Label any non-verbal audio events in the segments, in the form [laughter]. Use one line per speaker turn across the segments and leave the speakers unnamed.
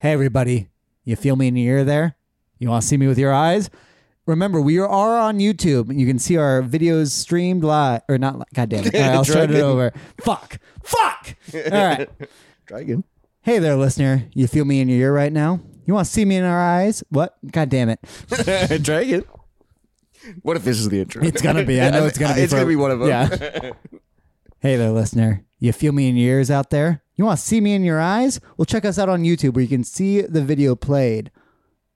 hey, everybody, you feel me in your ear there? You want to see me with your eyes? Remember, we are on YouTube. and You can see our videos streamed live, or not. li- God damn
[laughs]
it! All right, I'll start it
Dragon.
over. Fuck, fuck. All
[laughs]
right.
Try again.
Hey there, listener. You feel me in your ear right now? You want to see me in our eyes? What? God damn it!
Try again. What if this is the intro?
It's gonna
[laughs]
be. I know it's gonna be.
It's
for-
gonna be one of them. [laughs]
Yeah. hey there, listener. You feel me in your ears out there? You want to see me in your eyes? Well, check us out on YouTube where you can see the video played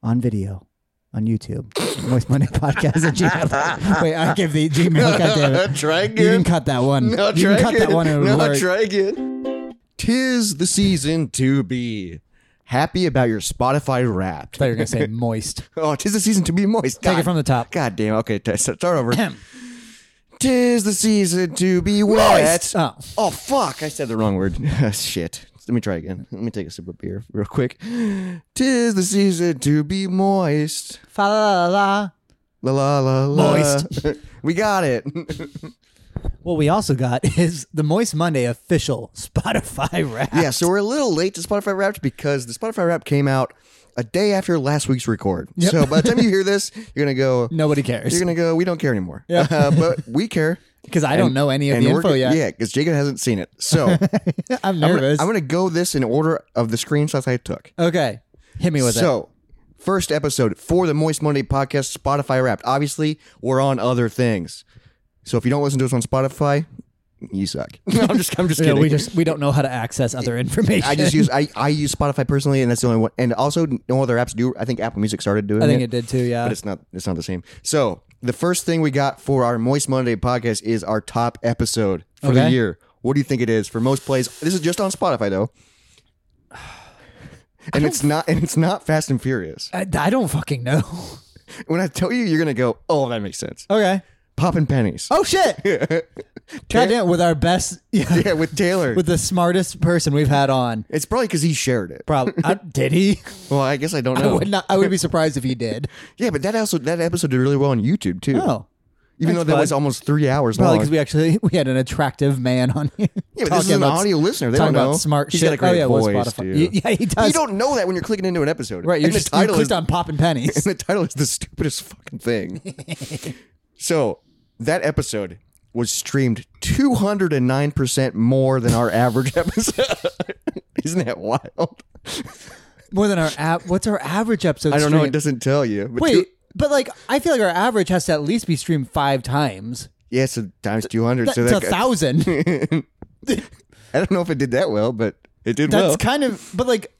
on video on YouTube. [laughs] Moist Monday Podcast at
[laughs]
Gmail. Wait, I give the Gmail. God damn it.
Try
You can
again.
cut that one.
No,
you
try
can cut
again.
that one. It would
no,
work.
try again. Tis the season to be happy about your Spotify
I
Wrapped.
thought you were gonna say
[laughs]
moist.
Oh, tis the season to be moist.
Take
God.
it from the top.
God damn. Okay, t- start over.
[laughs]
Tis the season to be wet.
Oh.
Oh fuck! I said the wrong word. [laughs] Ah, Shit. Let me try again. Let me take a sip of beer real quick. Tis the season to be moist.
Fa la la la.
La la la la.
Moist.
[laughs] we got it.
[laughs] What we also got [laughs] is the Moist Monday official Spotify [laughs] rap.
yeah. So we're a little late to Spotify Wrapped because the Spotify Wrapped came out a day after last week's record. So by the time you hear this, you're
[laughs]
gonna go.
Nobody cares
You're gonna go. We don't care anymore. Yeah. Uh, but we care.
because I don't know [laughs] any of the
we're
info
gonna-
yet.
Yeah, because Jacob hasn't seen it.
[laughs]
So
I'm nervous.
I'm gonna go this in order of the screenshots I took.
okay, hit me with it.
So, first episode for the Moist Monday podcast, Spotify Wrapped. Obviously, we're on other things. So if you don't listen to us on Spotify, you suck. [laughs] No, I'm just, I'm just
Yeah,
kidding.
we just we don't know how to access other information.
I just use I, I use Spotify personally, and that's the only one. And also, no other apps do. I think Apple Music started doing
I think
it,
it did too. Yeah.
but it's not it's not the same. So the first thing we got for our Moist Monday podcast is our top episode for the
Okay.
year. What do you think it is for most plays? This is just on
[sighs]
Spotify though, and it's not and it's not Fast and Furious.
I, I don't fucking know.
When I tell you, you're gonna go, oh, that makes sense.
Okay. [laughs]
Poppin' pennies.
Oh
[laughs]
shit. Goddamn, with our best, yeah,
yeah, with Taylor.
with the smartest person we've had on.
it's probably because he shared it. [laughs]
Probably uh, did he?
Well, I guess I don't
I
know.
would not. I would be surprised if he did.
yeah, but that also that episode did really well on YouTube too.
Oh,
even though
that's
that
fun.
was almost three hours
probably
long.
because we actually we had an attractive man on here.
yeah, but
talking
this is an
about-
audio listener. They
talking
don't know.
about smart
He's
shit.
got a great
oh yeah, it was
voice,
Spotify.
dude.
Y- Yeah, he does.
You don't know that when you're clicking into an episode,
right, you're
And
just
the title
you
is
clicked on popping pennies.
[laughs] and the title is the stupidest fucking thing.
[laughs]
so that episode was streamed 209% more than our average [laughs] episode. Isn't that wild?
More than our app. What's our average episode?
I don't know.
stream?
It doesn't tell you. But two-
Wait, but like I feel like our average has to at least be streamed five times.
yeah, so times 200.
That's
so
a
that, [laughs]
thousand. That's
I don't know if it did that well, but it did well.
kind of, but like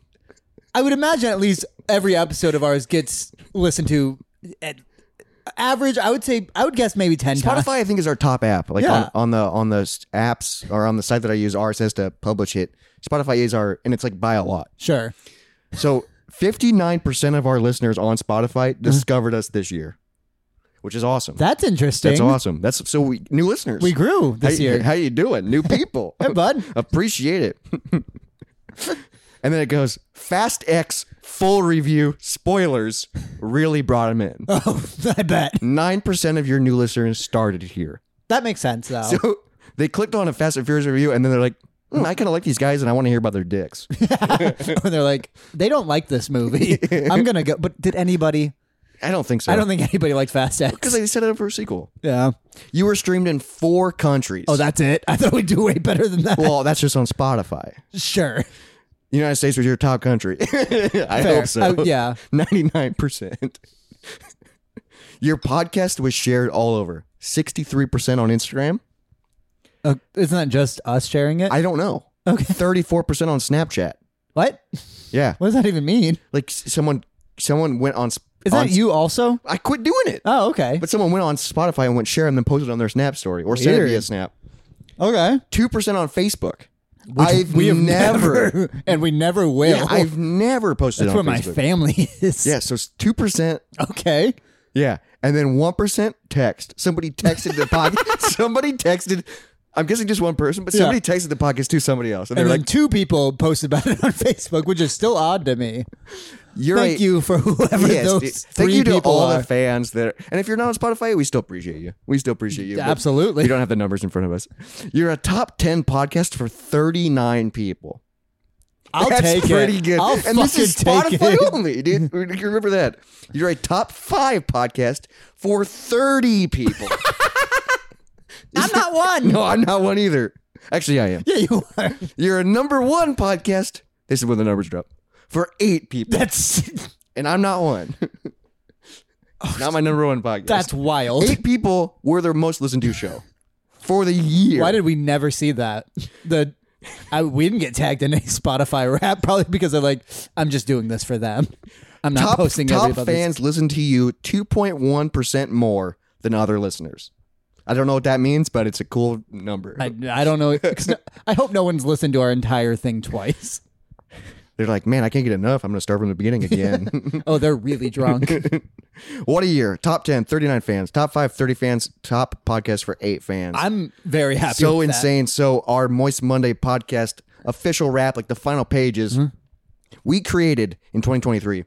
I would imagine at least every episode of ours gets listened to. At average, I would say I would guess maybe ten times.
Spotify, I think, is our top app. Like
Yeah.
on, on the on the s- apps or on the site that I use RSS to publish it. Spotify is our, and it's like by a lot.
Sure,
So 59% of our listeners on
Mm-hmm.
Spotify discovered us this year, which is awesome.
that's interesting.
That's awesome. That's so we new listeners.
We grew
how,
this
you-
year.
How you doing?
[laughs]
New people. [laughs]
Hey, bud.
Appreciate it. [laughs] and then it goes Fast X full review spoilers really brought
[laughs]
him in.
Oh, I bet
9% of your new listeners started here.
that makes sense though.
So they clicked on a Fast and Furious review and then they're like, "Hmm, I kind of like these guys and I want to hear about
[laughs]
their dicks.
and [laughs] they're like, they don't like this
[laughs]
movie. I'm gonna go. But did anybody?
I don't think so.
I don't think anybody liked Fast X.
because they set it up for a sequel.
Yeah.
You were streamed in four countries.
Oh, that's it. I thought we'd do way better than that.
[laughs] well, that's just on Spotify.
sure.
The United States was your top country. [laughs] I
Fair.
hope so.
Oh,
[laughs]
yeah.
99%. [laughs] your podcast was shared all over. 63% on Instagram.
Uh, isn't that just us sharing it?
I don't know. [laughs]
Okay.
34% on Snapchat.
what?
Yeah.
What does that even mean?
Like s- someone someone went on sp-
Is
on
that you also?
I quit doing it.
Oh, okay.
But someone went on Spotify and went share and then posted it on their Snap story or sent it
Weird.
via Snap.
Okay.
2% on Facebook. I've
we have
never,
never, [laughs] and we never will.
[laughs] Yeah, I've never
[laughs]
posted
That's where
on
my
Facebook.
family is.
Yeah, so it's two percent.
[laughs] Okay.
Yeah, and then one percent text. Somebody texted
[laughs]
the podcast. [laughs] somebody texted. I'm guessing just one person, but somebody texted the podcast to somebody else, and they're
And then
like,
two people posted about it on [laughs] Facebook, which is still odd to me.
"You're
Thank
a- [laughs]
you for [laughs] whoever
Yes,
those
dude.
three
thank you to
people
all
are.
the fans that. Are, and if you're not on Spotify, we still appreciate you. We still appreciate you. but
Absolutely.
We don't have the numbers in front of us. You're a top ten podcast for 39 people.
I'll
That's
take
pretty
it.
good.
I'll
and this is
fucking take
Spotify
it. [laughs]
only, dude. You Remember that. You're a top five podcast for
[laughs]
30 people.
I'm not one.
no, I'm not one either.
[laughs]
Actually, I am.
Yeah, you are.
You're a number one podcast. This is when the numbers drop. For eight people.
That's
And I'm not one. [laughs] not my number one podcast.
Oh, that's wild.
eight people were their most listened to show for the year.
Why did we never see that? The I, we didn't get tagged in any Spotify [laughs] rap, probably because I like I'm just doing this for them. I'm not
top,
posting
top
everybody's.
fans listen to you 2.1% more than other listeners. I don't know what that means, but it's a cool number.
I, I don't know. 'cause no- I hope no one's listened to our entire thing twice.
They're like, man, I can't get enough. I'm going to start from the
[laughs]
beginning again.
Oh, they're really
[laughs]
drunk.
what a year. Top 10, 39 fans. Top 5, 30 fans. Top podcast for 8 fans.
I'm very happy.
so
with that.
insane. So our Moist Monday podcast official wrap, like the final pages,
Mm-hmm.
we created in 2023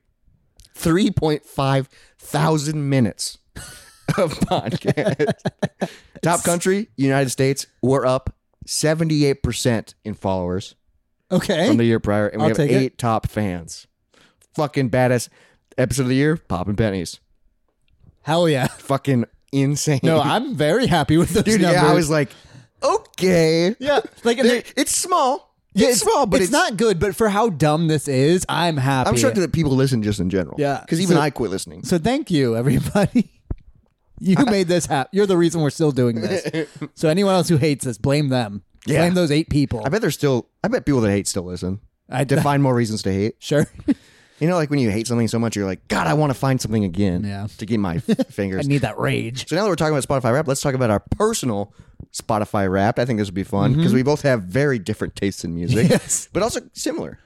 3.5 thousand minutes [laughs] of
[laughs]
podcast. Top country, United States, we're up 78% in followers
Okay.
from the year prior, and we
I'll
have
take it.
eight top fans. Fucking badass episode of the year, popping pennies.
Hell yeah.
Fucking insane. [laughs]
No, I'm very happy with those
Dude,
numbers.
yeah, I was like, okay.
yeah, like and they-
They're- it's small.
yeah,
it's, small, but
it's, not good. But for how dumb this is, I'm happy.
I'm sure that people listen just in general.
Yeah.
because even
So-
I quit listening.
So thank you, everybody. [laughs] You made this happen. You're the reason we're still doing
[laughs]
this. So anyone else who hates this, blame them.
Yeah.
Blame those eight people.
I bet there's still. I bet people that hate still listen.
I d-
Define more reasons to hate.
[laughs] sure.
You know, like when you hate something so much, you're like, God, I want to find something again.
Yeah.
To
[laughs]
get my f-
I
fingers.
need that rage.
so now that we're talking about Spotify Wrapped, let's talk about our personal Spotify Wrapped. I think this would be fun because we both have very different tastes in music,
Mm-hmm. Yes.
but also similar.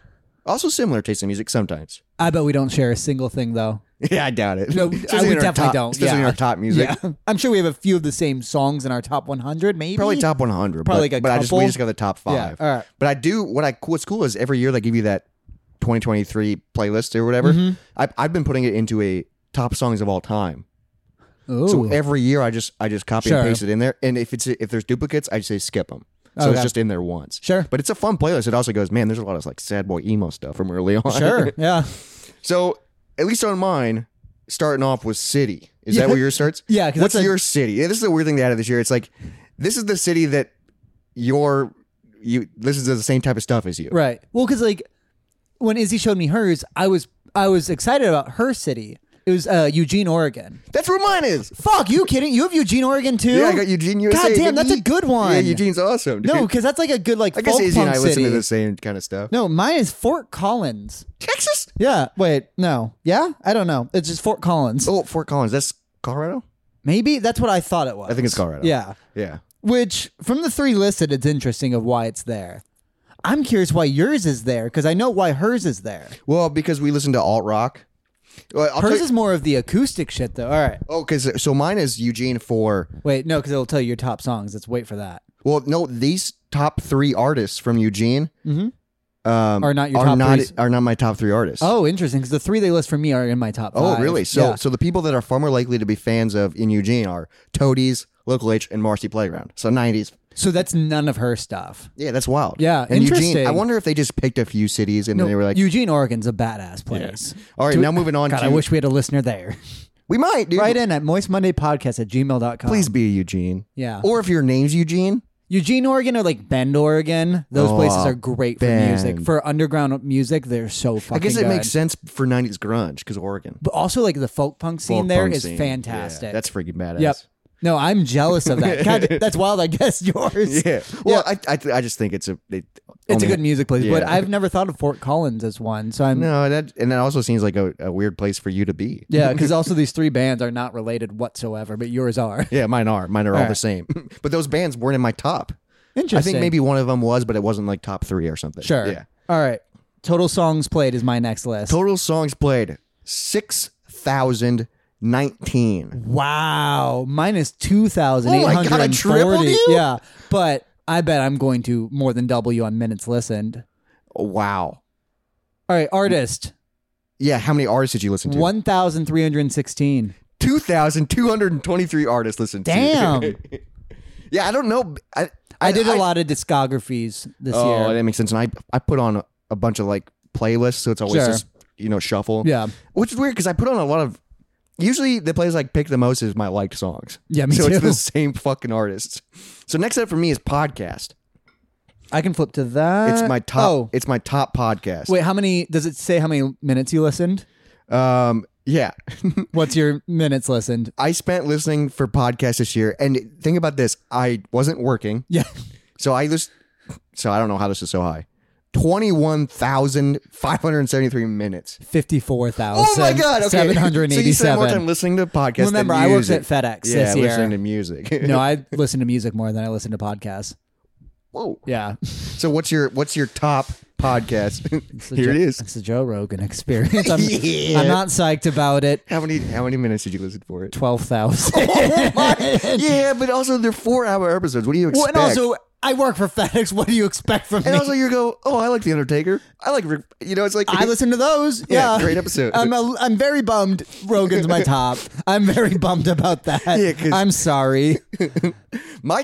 Also similar tastes in music sometimes. [laughs]
I bet we don't share a single thing though.
Yeah, I doubt it.
No, I,
Especially
we
in our
definitely
top-
don't.
Especially
yeah.
in our top music.
Yeah. I'm sure we have a few of the same songs in our top 100, maybe.
Probably top 100.
Probably
but,
like a
but I just we
couple.
just got the top five.
all right.
But I do what I what's cool is every year they give you that 2023 playlist or whatever.
Mm-hmm.
I, I've been putting it into a top songs of all time.
Ooh.
So every year I just I just copy
Sure.
and paste it in there. And if it's if there's duplicates, I just say skip them. So
Okay.
it's just in there once.
Sure.
But it's a fun playlist. It also goes, man, there's a lot of like sad boy emo stuff from early on. [laughs]
sure. Yeah.
so at least on mine, starting off with city. Is
Yeah.
that where yours starts?
[laughs] Yeah, 'cause
What's
that's a-
your city? Yeah, this is the weird thing they added this year. It's like this is the city that your you listens to the same type of stuff as you.
Right. Well, because like when Izzy showed me hers, I was I was excited about her city. It was uh, Eugene, Oregon.
That's where mine is.
Fuck, you kidding? You have Eugene, Oregon too?
Yeah, I got Eugene USA.
God damn,
baby.
that's a good one.
Yeah, Eugene's awesome. Dude.
No, because that's like a good like
I guess
folk
Izzy and
punk
I
city.
listen to the same kind of stuff.
No, mine is Fort Collins.
Texas.
Yeah. Wait. No. Yeah. I don't know. It's just Fort Collins.
Oh, Fort Collins. That's Colorado.
Maybe that's what I thought it was.
I think it's Colorado.
Yeah.
Yeah.
Which from the three listed, it's interesting of why it's there. I'm curious why yours is there because I know why hers is there.
Well, because we listen to alt rock. Well, I'll tell
Hers
you-
is more of the acoustic shit though. All right.
oh, because so mine is Eugene for
Wait, no, because it'll tell you your top songs. Let's wait for that.
Well, no, these top three artists from Eugene um,
Are not your
are
top
not
threes?
are not my top three artists.
Oh, interesting. Because the three they list for me are in my top.
Oh,
five.
really? So,
Yeah.
so the people that are far more likely to be fans of in Eugene are Toadies, Local H, and Marcy Playground. So nineties.
so that's none of her stuff.
Yeah, that's wild.
Yeah,
and Eugene.
interesting.
I wonder if they just picked a few cities and then they were like,
Eugene, Oregon's a badass place.
"All right, now moving on
God,
to
I wish we had a listener there.
we might dude.
[laughs] Write in at moistmondaypodcast at gmail.com.
Please be Eugene.
Yeah.
Or if your name's Eugene,
Eugene, Oregon, or like Bend, Oregon. Those
Oh,
places are great for music.
Bend.
For underground music, they're so
I
fucking
guess it
good.
makes sense for nineties grunge because Oregon.
But also, like the folk punk scene
Folk
there is
punk scene. Yeah,
fantastic.
that's freaking badass.
Yep. No, I'm jealous of that. God, that's wild. I guess yours.
[laughs] Yeah. Well, I, I I just think it's a it
It's
only-
a good music place, but
Yeah.
I've never thought of Fort Collins as one. So I'm
No, that and that also seems like a, a weird place for you to be.
[laughs] yeah, because also these three bands are not related whatsoever, but yours are.
Yeah, mine are. Mine are all, the
right.
same. [laughs] but those bands weren't in my top. I
Interesting.
think maybe one of them was, but it wasn't like top three or something.
sure.
Yeah.
All right. Total songs played is my next list.
Total songs played six thousand nineteen.
wow, mine is two thousand eight
Oh my
hundred
God, I
and
tripled
forty.
you?
Yeah, but I bet I'm going to more than double you on minutes listened.
Wow.
All right, artist
Yeah. How many artists did you listen to?
one thousand three hundred
[laughs]
sixteen.
two thousand two hundred and twenty-three artists listened.
Damn.
To. [laughs] yeah, I don't know. I
I did a lot of discographies this
Oh,
year.
that makes sense. And I I put on a, a bunch of like playlists, so it's always
Sure.
just you know shuffle.
Yeah.
which is weird because I put on a lot of. Usually the playlist like pick the most is my liked songs.
Yeah, me
so
too.
it's the same fucking artists. So next up for me is podcast.
I can flip to that.
It's my top.
Oh,
It's my top podcast.
wait. How many? Does it say how many minutes you listened?
Um, yeah, [laughs]
What's your [laughs] minutes listened?
I spent listening for podcasts this year, and think about this: I wasn't working,
Yeah.
so I list. So I don't know how this is so high. Twenty-one thousand five hundred seventy-three minutes.
Fifty-four thousand.
Oh my god! Okay.
Seven hundred
So you spent more time [laughs]
eighty-seven.
listening to podcasts.
Remember,
than
I worked
music.
at FedEx
Yeah,
this
listening
year.
to
[laughs]
music.
No, I listen to music more than I listen to podcasts.
[laughs] Whoa.
Yeah.
So what's your what's your top podcast? [laughs]
It's the
Here
Jo-
it is.
It's the Joe Rogan [laughs] experience. I'm,
Yeah.
I'm not psyched about it.
How many how many minutes did you listen for
[laughs]
it?
12,000.
yeah, but also they're four-hour episodes. What do you
Well,
expect?
and also, I work for FedEx. What do you expect from
[laughs]
me?
And also, you go, oh, I like The Undertaker. I like, Rick. you know, it's like, [laughs]
I listen to those. Yeah.
great episode.
I'm, a, I'm very bummed. Rogan's my top. I'm very bummed about [laughs] that.
'cause-
I'm [laughs] sorry.
my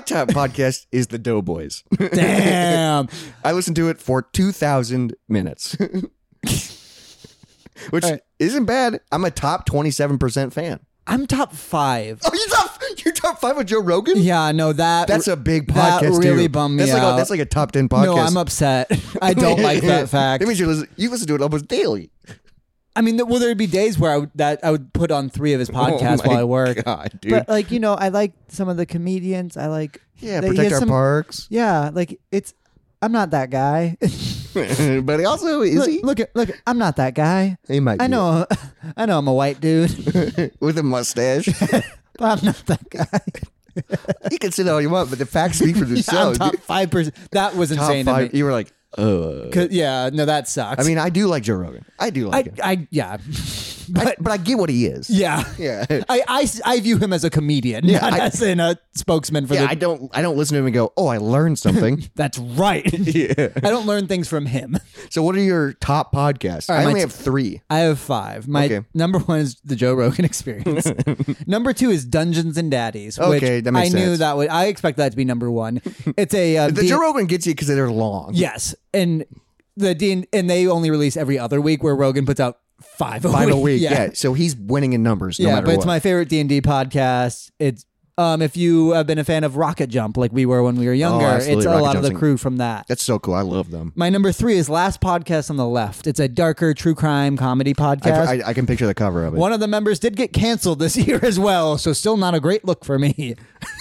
[laughs]
top podcast is The Doughboys. [laughs]
Damn.
I listened to it for 2,000 minutes, [laughs] which
All right.
isn't bad. I'm a top 27% fan.
I'm top
[laughs]
five.
Oh, you top, you're top five with Joe Rogan?
Yeah, no, that.
That's a big podcast.
That really
too.
bummed me
that's like
out.
A, that's like a top 10 podcast.
No, I'm upset. I don't [laughs]
[laughs]
like that fact.
That means you listen, you listen to it almost daily.
I mean, th- well, there'd be days where I would that I would put on three of his podcasts
Oh my
while I work. uh,
God, dude.
But like you know, I like some of the comedians. I like
yeah,
they- he
protect
has
our
some-
parks.
[laughs]
[laughs]
Yeah, like it's. I'm not that guy. [laughs]
but he also, is he?
look, look at look. at- I'm not that guy.
He might
I
be.
know. [laughs] I know. I'm a white dude, [laughs]
[laughs] with
[laughs]
a mustache.
but I'm not that
[laughs]
guy. [laughs]
you can say that all you want, but the facts
[laughs]
speak for
I'm
themselves.
top
dude.
five percent. That was
Top
insane.
five.
To me.
You were like, uh.
'Cause- Yeah, no, that sucks.
I mean, I do like Joe Rogan. I do like
I,
him,
I,
[laughs]
yeah,
but I, but I get what he is.
yeah,
[laughs] yeah.
I, I, I view him as a comedian, not
I-
as in a spokesman for
[laughs]
Yeah,
the.
I don't. I don't listen to him and go, "Oh, I learned something."
[laughs] that's
[laughs]
right. I don't learn things
[laughs]
from him.
so, what are your top podcasts?
right, my
I only
t-
have three.
I have five. My
Okay.
number one is the Joe Rogan [laughs]
[laughs]
Experience. number two is Dungeons and Daddies. Which
Okay, that makes
I knew
sense.
that would. I expect that to be number one. It's a uh,
[laughs] The
D-
Joe Rogan gets you because they're long.
yes, and the D- and they only release every other week, where Rogan puts out five a
five
week.
a week. Yeah. so he's winning in numbers. No
yeah,
matter
but it's
what.
my favorite D and D podcast. It's um, if you have been a fan of Rocket Jump, like we were when we were younger,
Oh, absolutely.
it's a
Rocket
lot of the
Jump's
crew from that.
That's so cool. I love them.
My number three is Last Podcast on the Left. It's a darker true crime comedy
I,
podcast.
I, I can picture the cover of it.
One of the members did get canceled this [laughs] year as well, so still not a great look for me. [laughs]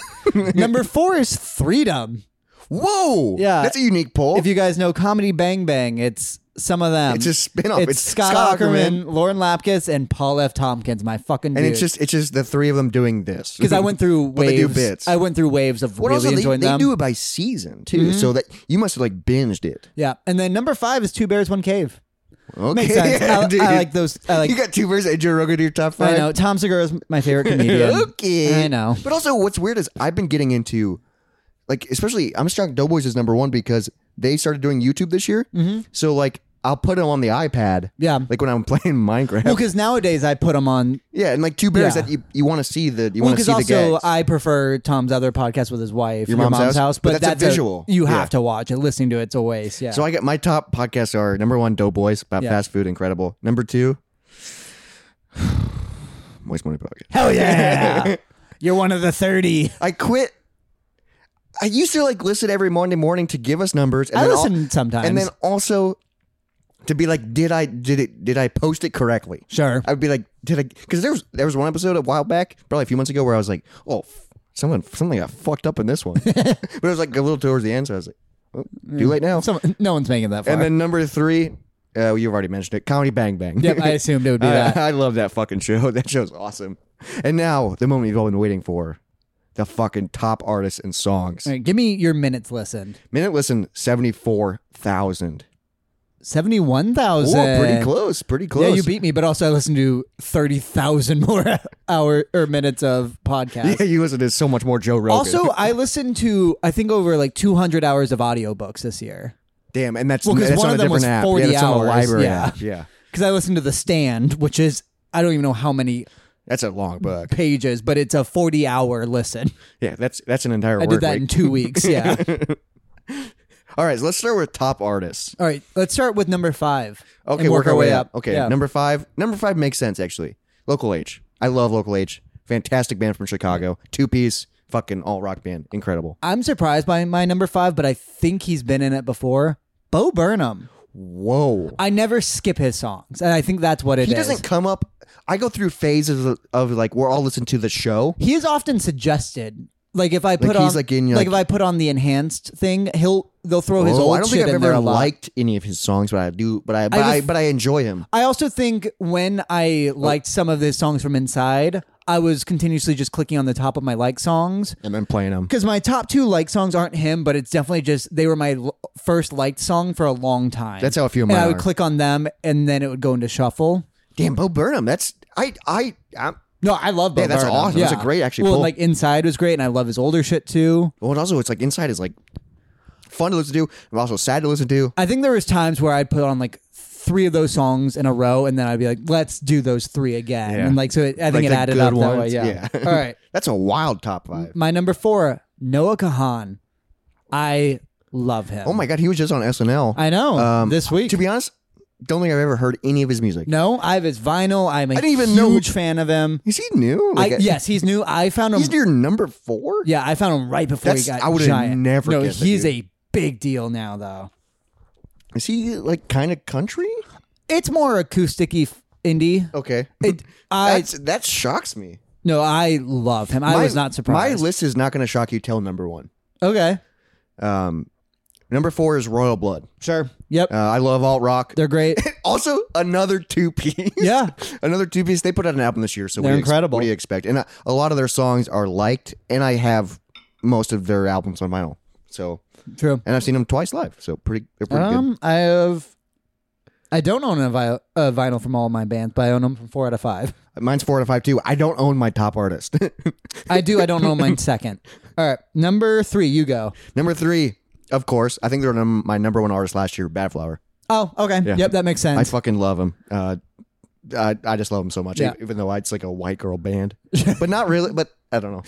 number four is Freedom.
Whoa!
Yeah.
that's a unique poll.
If you guys know Comedy Bang Bang, it's some of them.
it's a spin-off.
It's, Scott, Ackerman, Lauren Lapkus, and Paul F. Tompkins. My fucking
and it's just it's just the three of them doing this
because I went through
But they
waves.
do bits.
I went through waves of
What
really
also,
enjoying
they,
them. Mm-hmm.
They do it by season too, so that you must have like binged it.
Yeah, and then number five is Two Bears One Cave.
Okay,
Makes sense. I-
[laughs] dude.
I, like those. I like.
you got two verses and Joe Rogan to your top five.
I know Tom Segura is my favorite comedian.
[laughs] Okay,
I know.
But also, what's weird is I've been getting into like especially I'm strong. Doughboys is number one because they started doing YouTube this year. So like I'll put them on the iPad.
Mm-hmm. Yeah.
like when I'm [laughs] playing Minecraft.
Well, because nowadays I put him on.
yeah, and like two bears
Yeah.
that you, you want to see the you
Well,
want to
because
see the
also
gags.
I prefer Tom's other podcast with his wife, Your,
Mom's House?
but,
But that's a visual.
you
Yeah.
have to watch it. Listening to it's a waste. Yeah.
So I got my top podcasts are number one, Doughboys about
Yeah.
fast food, incredible. Number two, [sighs] Moist Money Podcast.
Hell
[laughs]
yeah! You're one of the thirty.
I quit. I used to like listen every Monday morning to give us numbers. And
I
then al-
listen sometimes.
and then also to be like, did I did it? Did I post it correctly? [laughs]
sure.
I'd be like, did I? Because there was there was one episode a while back, probably a few months ago, where I was like, oh, f- someone something got fucked up in
[laughs]
this one. but it was like a little towards the end, so I was like, oh, too late now.
[laughs] Some, no one's making that far.
And then number three, uh, you've already mentioned it, Comedy Bang
[laughs]
Bang.
yep,
[laughs]
I assumed it would be that.
I, I love that fucking show. [laughs] That show's awesome. And now the moment you've all been waiting for, the fucking top artists and songs.
All right, give me your minutes listened.
Minute listen seventy four thousand.
Seventy-one thousand.
Oh, pretty close. Pretty close.
Yeah, you beat me, but also I listened to thirty thousand [laughs] more hour or minutes of podcast.
[laughs] [laughs] Yeah, you listen to so much more Joe Rogan.
Also, I listened to I think over like two hundred hours of audiobooks this year
damn, and that's
Well, 'cause
that's
one
on
of
a
them was
different app.
40
yeah, that's on a
hours,
library
yeah.
app. Yeah,
because I listened to The Stand, which is I don't even know how many
that's a long book.
pages, but it's a
[laughs]
forty-hour listen.
Yeah, that's that's an
I
entire. work [laughs]
did that
week.
in two weeks. Yeah,
All right, so let's start with top artists.
All right, let's start with number five.
Okay,
and
work, our way up. Okay,
Yeah.
number five. Number five makes sense actually. Local H. I love Local H. Fantastic band from Chicago. Two piece, fucking all rock band. Incredible.
I'm surprised by my number five, but I think he's been in it before. Bo Burnham.
Whoa.
I never skip his songs, and I think that's what it is.
he doesn't come up. I go through phases of, of like we're all listening to the show.
He is often suggested. Like if I put on,
he's like in, like-
if I put on the enhanced thing, he'll they'll throw his
Oh,
old
I don't
shit
think I've
in there
ever
a lot.
liked any of his songs, but I do. But I, but I,
just-
but I enjoy him.
I also think when I liked some of his songs from inside, I was continuously just clicking on the top of my like songs
And then playing him.
because my top two like songs aren't him, but it's definitely just they were my l- first liked song for a long time.
That's how a few of
And
mine
I would
are.
click on them, and then it would go into shuffle.
Damn, Bo Burnham. That's I I. i
No, I love Bo
Yeah, that's
Burnham.
awesome. That's a great, actually,
Well,
pull.
like inside was great, and I love his older shit too.
well, and also it's like inside is like fun to listen to. I'm also sad to listen to.
I think there was times where I'd put on like three of those songs in a row, and then I'd be like, "Let's do those three again."
Yeah.
And like, so it, I
Like
think it
the
added
good
up that way.
ones.
Yeah.
Yeah.
All right.
That's a wild top five.
My number four, Noah Kahan. I love him.
Oh my god, he was just on SNL.
I know.
Um,
this week.
to be honest, don't think I've ever heard any of his music.
no, I have his vinyl. I'm a
didn't even know-
huge fan of him.
Is he new?
I,
Like, uh,
yes, he's new. I found him.
he's your number four.
Yeah, I found him right before
That's-
he got
I would've
giant.
never
No,
guessed that
he's
dude.
a big deal now, though.
Is he like kind of country?
It's more acousticy f- indie.
Okay,
It, I
That's, that shocks me.
no, I love him. I
My-
was not surprised.
My list is not going to shock you till number one.
okay,
Um, number four is Royal Blood.
sure. Yep,
Uh, I love alt rock.
they're
[laughs]
great.
also another two [laughs] piece.
yeah,
another two piece. They put out an album this year, so
They're
what do you ex-
incredible.
what do you expect? And uh, a lot of their songs are liked, and I have most of their albums on vinyl. So,
true.
and I've seen them twice live. So pretty, they're pretty good.
Um, I have. I don't own a, vi- a vinyl from all of my bands, but I own them from four out of five.
Mine's four out of five too. I don't own my top artist. [laughs]
I do. I don't own mine second. All right, number three, you go.
number three, of course, I think they're num- my number one artist last year, Badflower.
Oh, okay. Yep, that makes
I
sense.
fucking love him. Uh, I, I just love him so much,
Yeah.
even though it's like a white
[laughs]
girl band, but not really. But I don't know.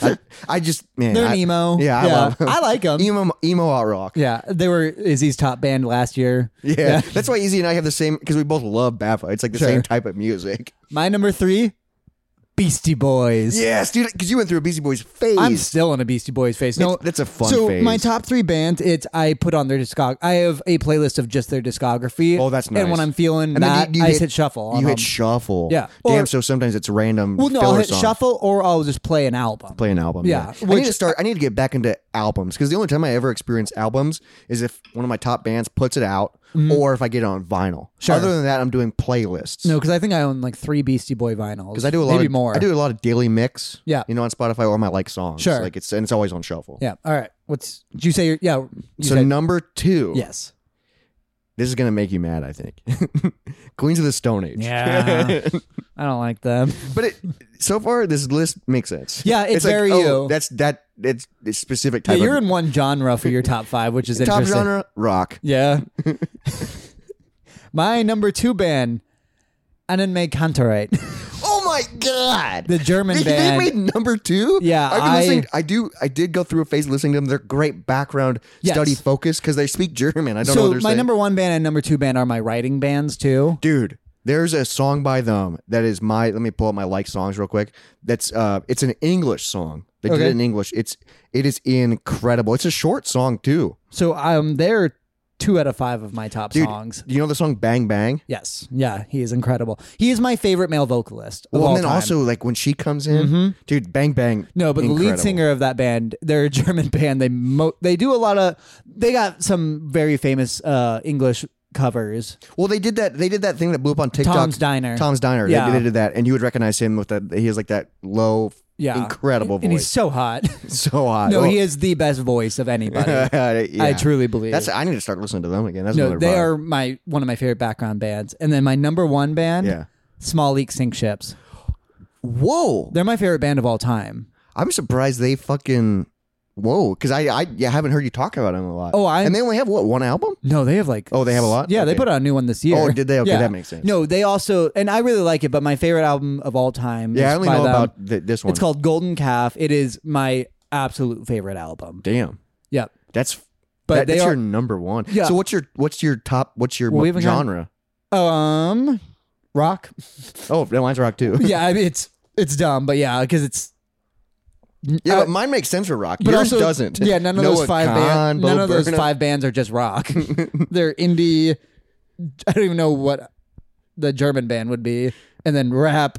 I, I just man,
They're
I,
an emo.
Yeah, I love him.
I like
[laughs]
them.
emo emo art rock. Yeah,
Yeah, they were Izzy's top band last year.
[laughs] that's why Easy and I have the same because we both love Baffa. It's like the
Sure.
same type of music.
My number three, Beastie Boys.
Yes, dude, because you went through a Beastie Boys phase.
I'm still in a Beastie Boys phase. No,
It's- that's a fun
So
phase.
my top three bands, it's I put on their discog. I have a playlist of just their discography.
Oh, that's nice.
And when I'm feeling
And then
that,
you- you
I
hit-
just hit shuffle. on
you
them.
hit shuffle.
Yeah.
damn.
Or-
so sometimes it's random.
well, no, I'll
filler
hit
song.
shuffle or I'll just play an album.
Play an album.
Yeah,
I
which-
need to start. I need to get back into albums because the only time I ever experience albums is if one of my top bands puts it out, or if I get it on vinyl.
Mm-hmm. Sure.
Other than that, I'm doing playlists.
No, because I think I own like three Beastie Boy vinyls.
because I do a lot.
maybe
of,
more.
I do a lot of daily mix.
Yeah.
you know, on Spotify or my like songs.
Sure.
like it's and it's always on shuffle.
Yeah. All right. What's did you say? Your, yeah. You
So
said,
number two. [laughs]
yes.
This is gonna make you mad, I think. [laughs] Queens of the Stone Age.
Yeah. I don't like
[laughs]
them.
but it, so far this list makes sense.
Yeah, it's
like,
very
oh,
you.
That's that. It's, it's specific
Yeah,
type.
you're
of,
in one genre for your top five, which is
top
interesting.
genre rock. [laughs]
Yeah. My number two band, Anime Kantorite,
Oh my god!
the German
They, they
band.
made number two.
Yeah,
I've been
I-
listening. I do. I did go through a phase listening to them. They're great background
Yes.
study focus because they speak German. I don't
so
know. What
my
they're saying.
number one band and number two band are my writing bands too.
dude. There's a song by them that is my. Let me pull up my like songs real quick. That's uh, it's an English song. They did
Okay.
it in English. It's it is incredible. It's a short song too,
So um, they're two out of five of my top
dude.
songs.
You know the song Bang Bang.
Yes, yeah, he is incredible. He is my favorite male vocalist. Of
Well,
all
and then
time. Mm-hmm.
also like when she comes in, dude, Bang Bang.
No, but the lead
incredible.
singer of that band, they're a [laughs] German band. They mo- they do a lot of they got some very famous uh English covers.
Well, they did that. They did that thing that blew up on TikTok.
Tom's Diner.
Tom's Diner. They-
Yeah.
They, did that, and you would recognize him with that. He has like that low,
Yeah.
incredible
And he's
voice. [laughs]
so hot. [laughs]
so hot.
no,
Well,
he is the best voice of anybody.
[laughs] yeah.
I truly believe.
That's. I need to start listening to them again. That's
no,
another
they
vibe.
are my one of my favorite background bands. And then my number one band,
Yeah.
Small Leak Sink Ships.
Whoa!
They're my favorite band of all time.
I'm surprised they fucking. Whoa, because I I yeah, haven't heard you talk about them a lot.
Oh, I-
and they only have what one album?
No, they have like
Oh, they have a lot?
Yeah, they
Okay.
put out a new one this year.
Oh, did they? Okay, that makes sense.
No, they also and I really like it, but my favorite album of all time.
Yeah,
is
I only
by
know
them.
about th- this one.
It's called Golden Calf. It is my absolute favorite album.
Damn.
Yep.
That's
But
That-
they
that's
are
your number one.
Yeah.
So what's your what's your top? What's your
Well, we haven't gone-
genre?
um rock. [laughs]
Oh, no, mine's rock too.
yeah, I mean, it's it's dumb, but yeah, because it's
Yeah,
Uh,
but mine makes sense for rock.
but
Yours
also
doesn't.
Yeah, none of those
Noah
five
Kahan,
bands.
Bo
None of those
Burnham.
five bands are just rock. [laughs] They're indie. I don't even know what the German band would be, and then
[laughs]
rap,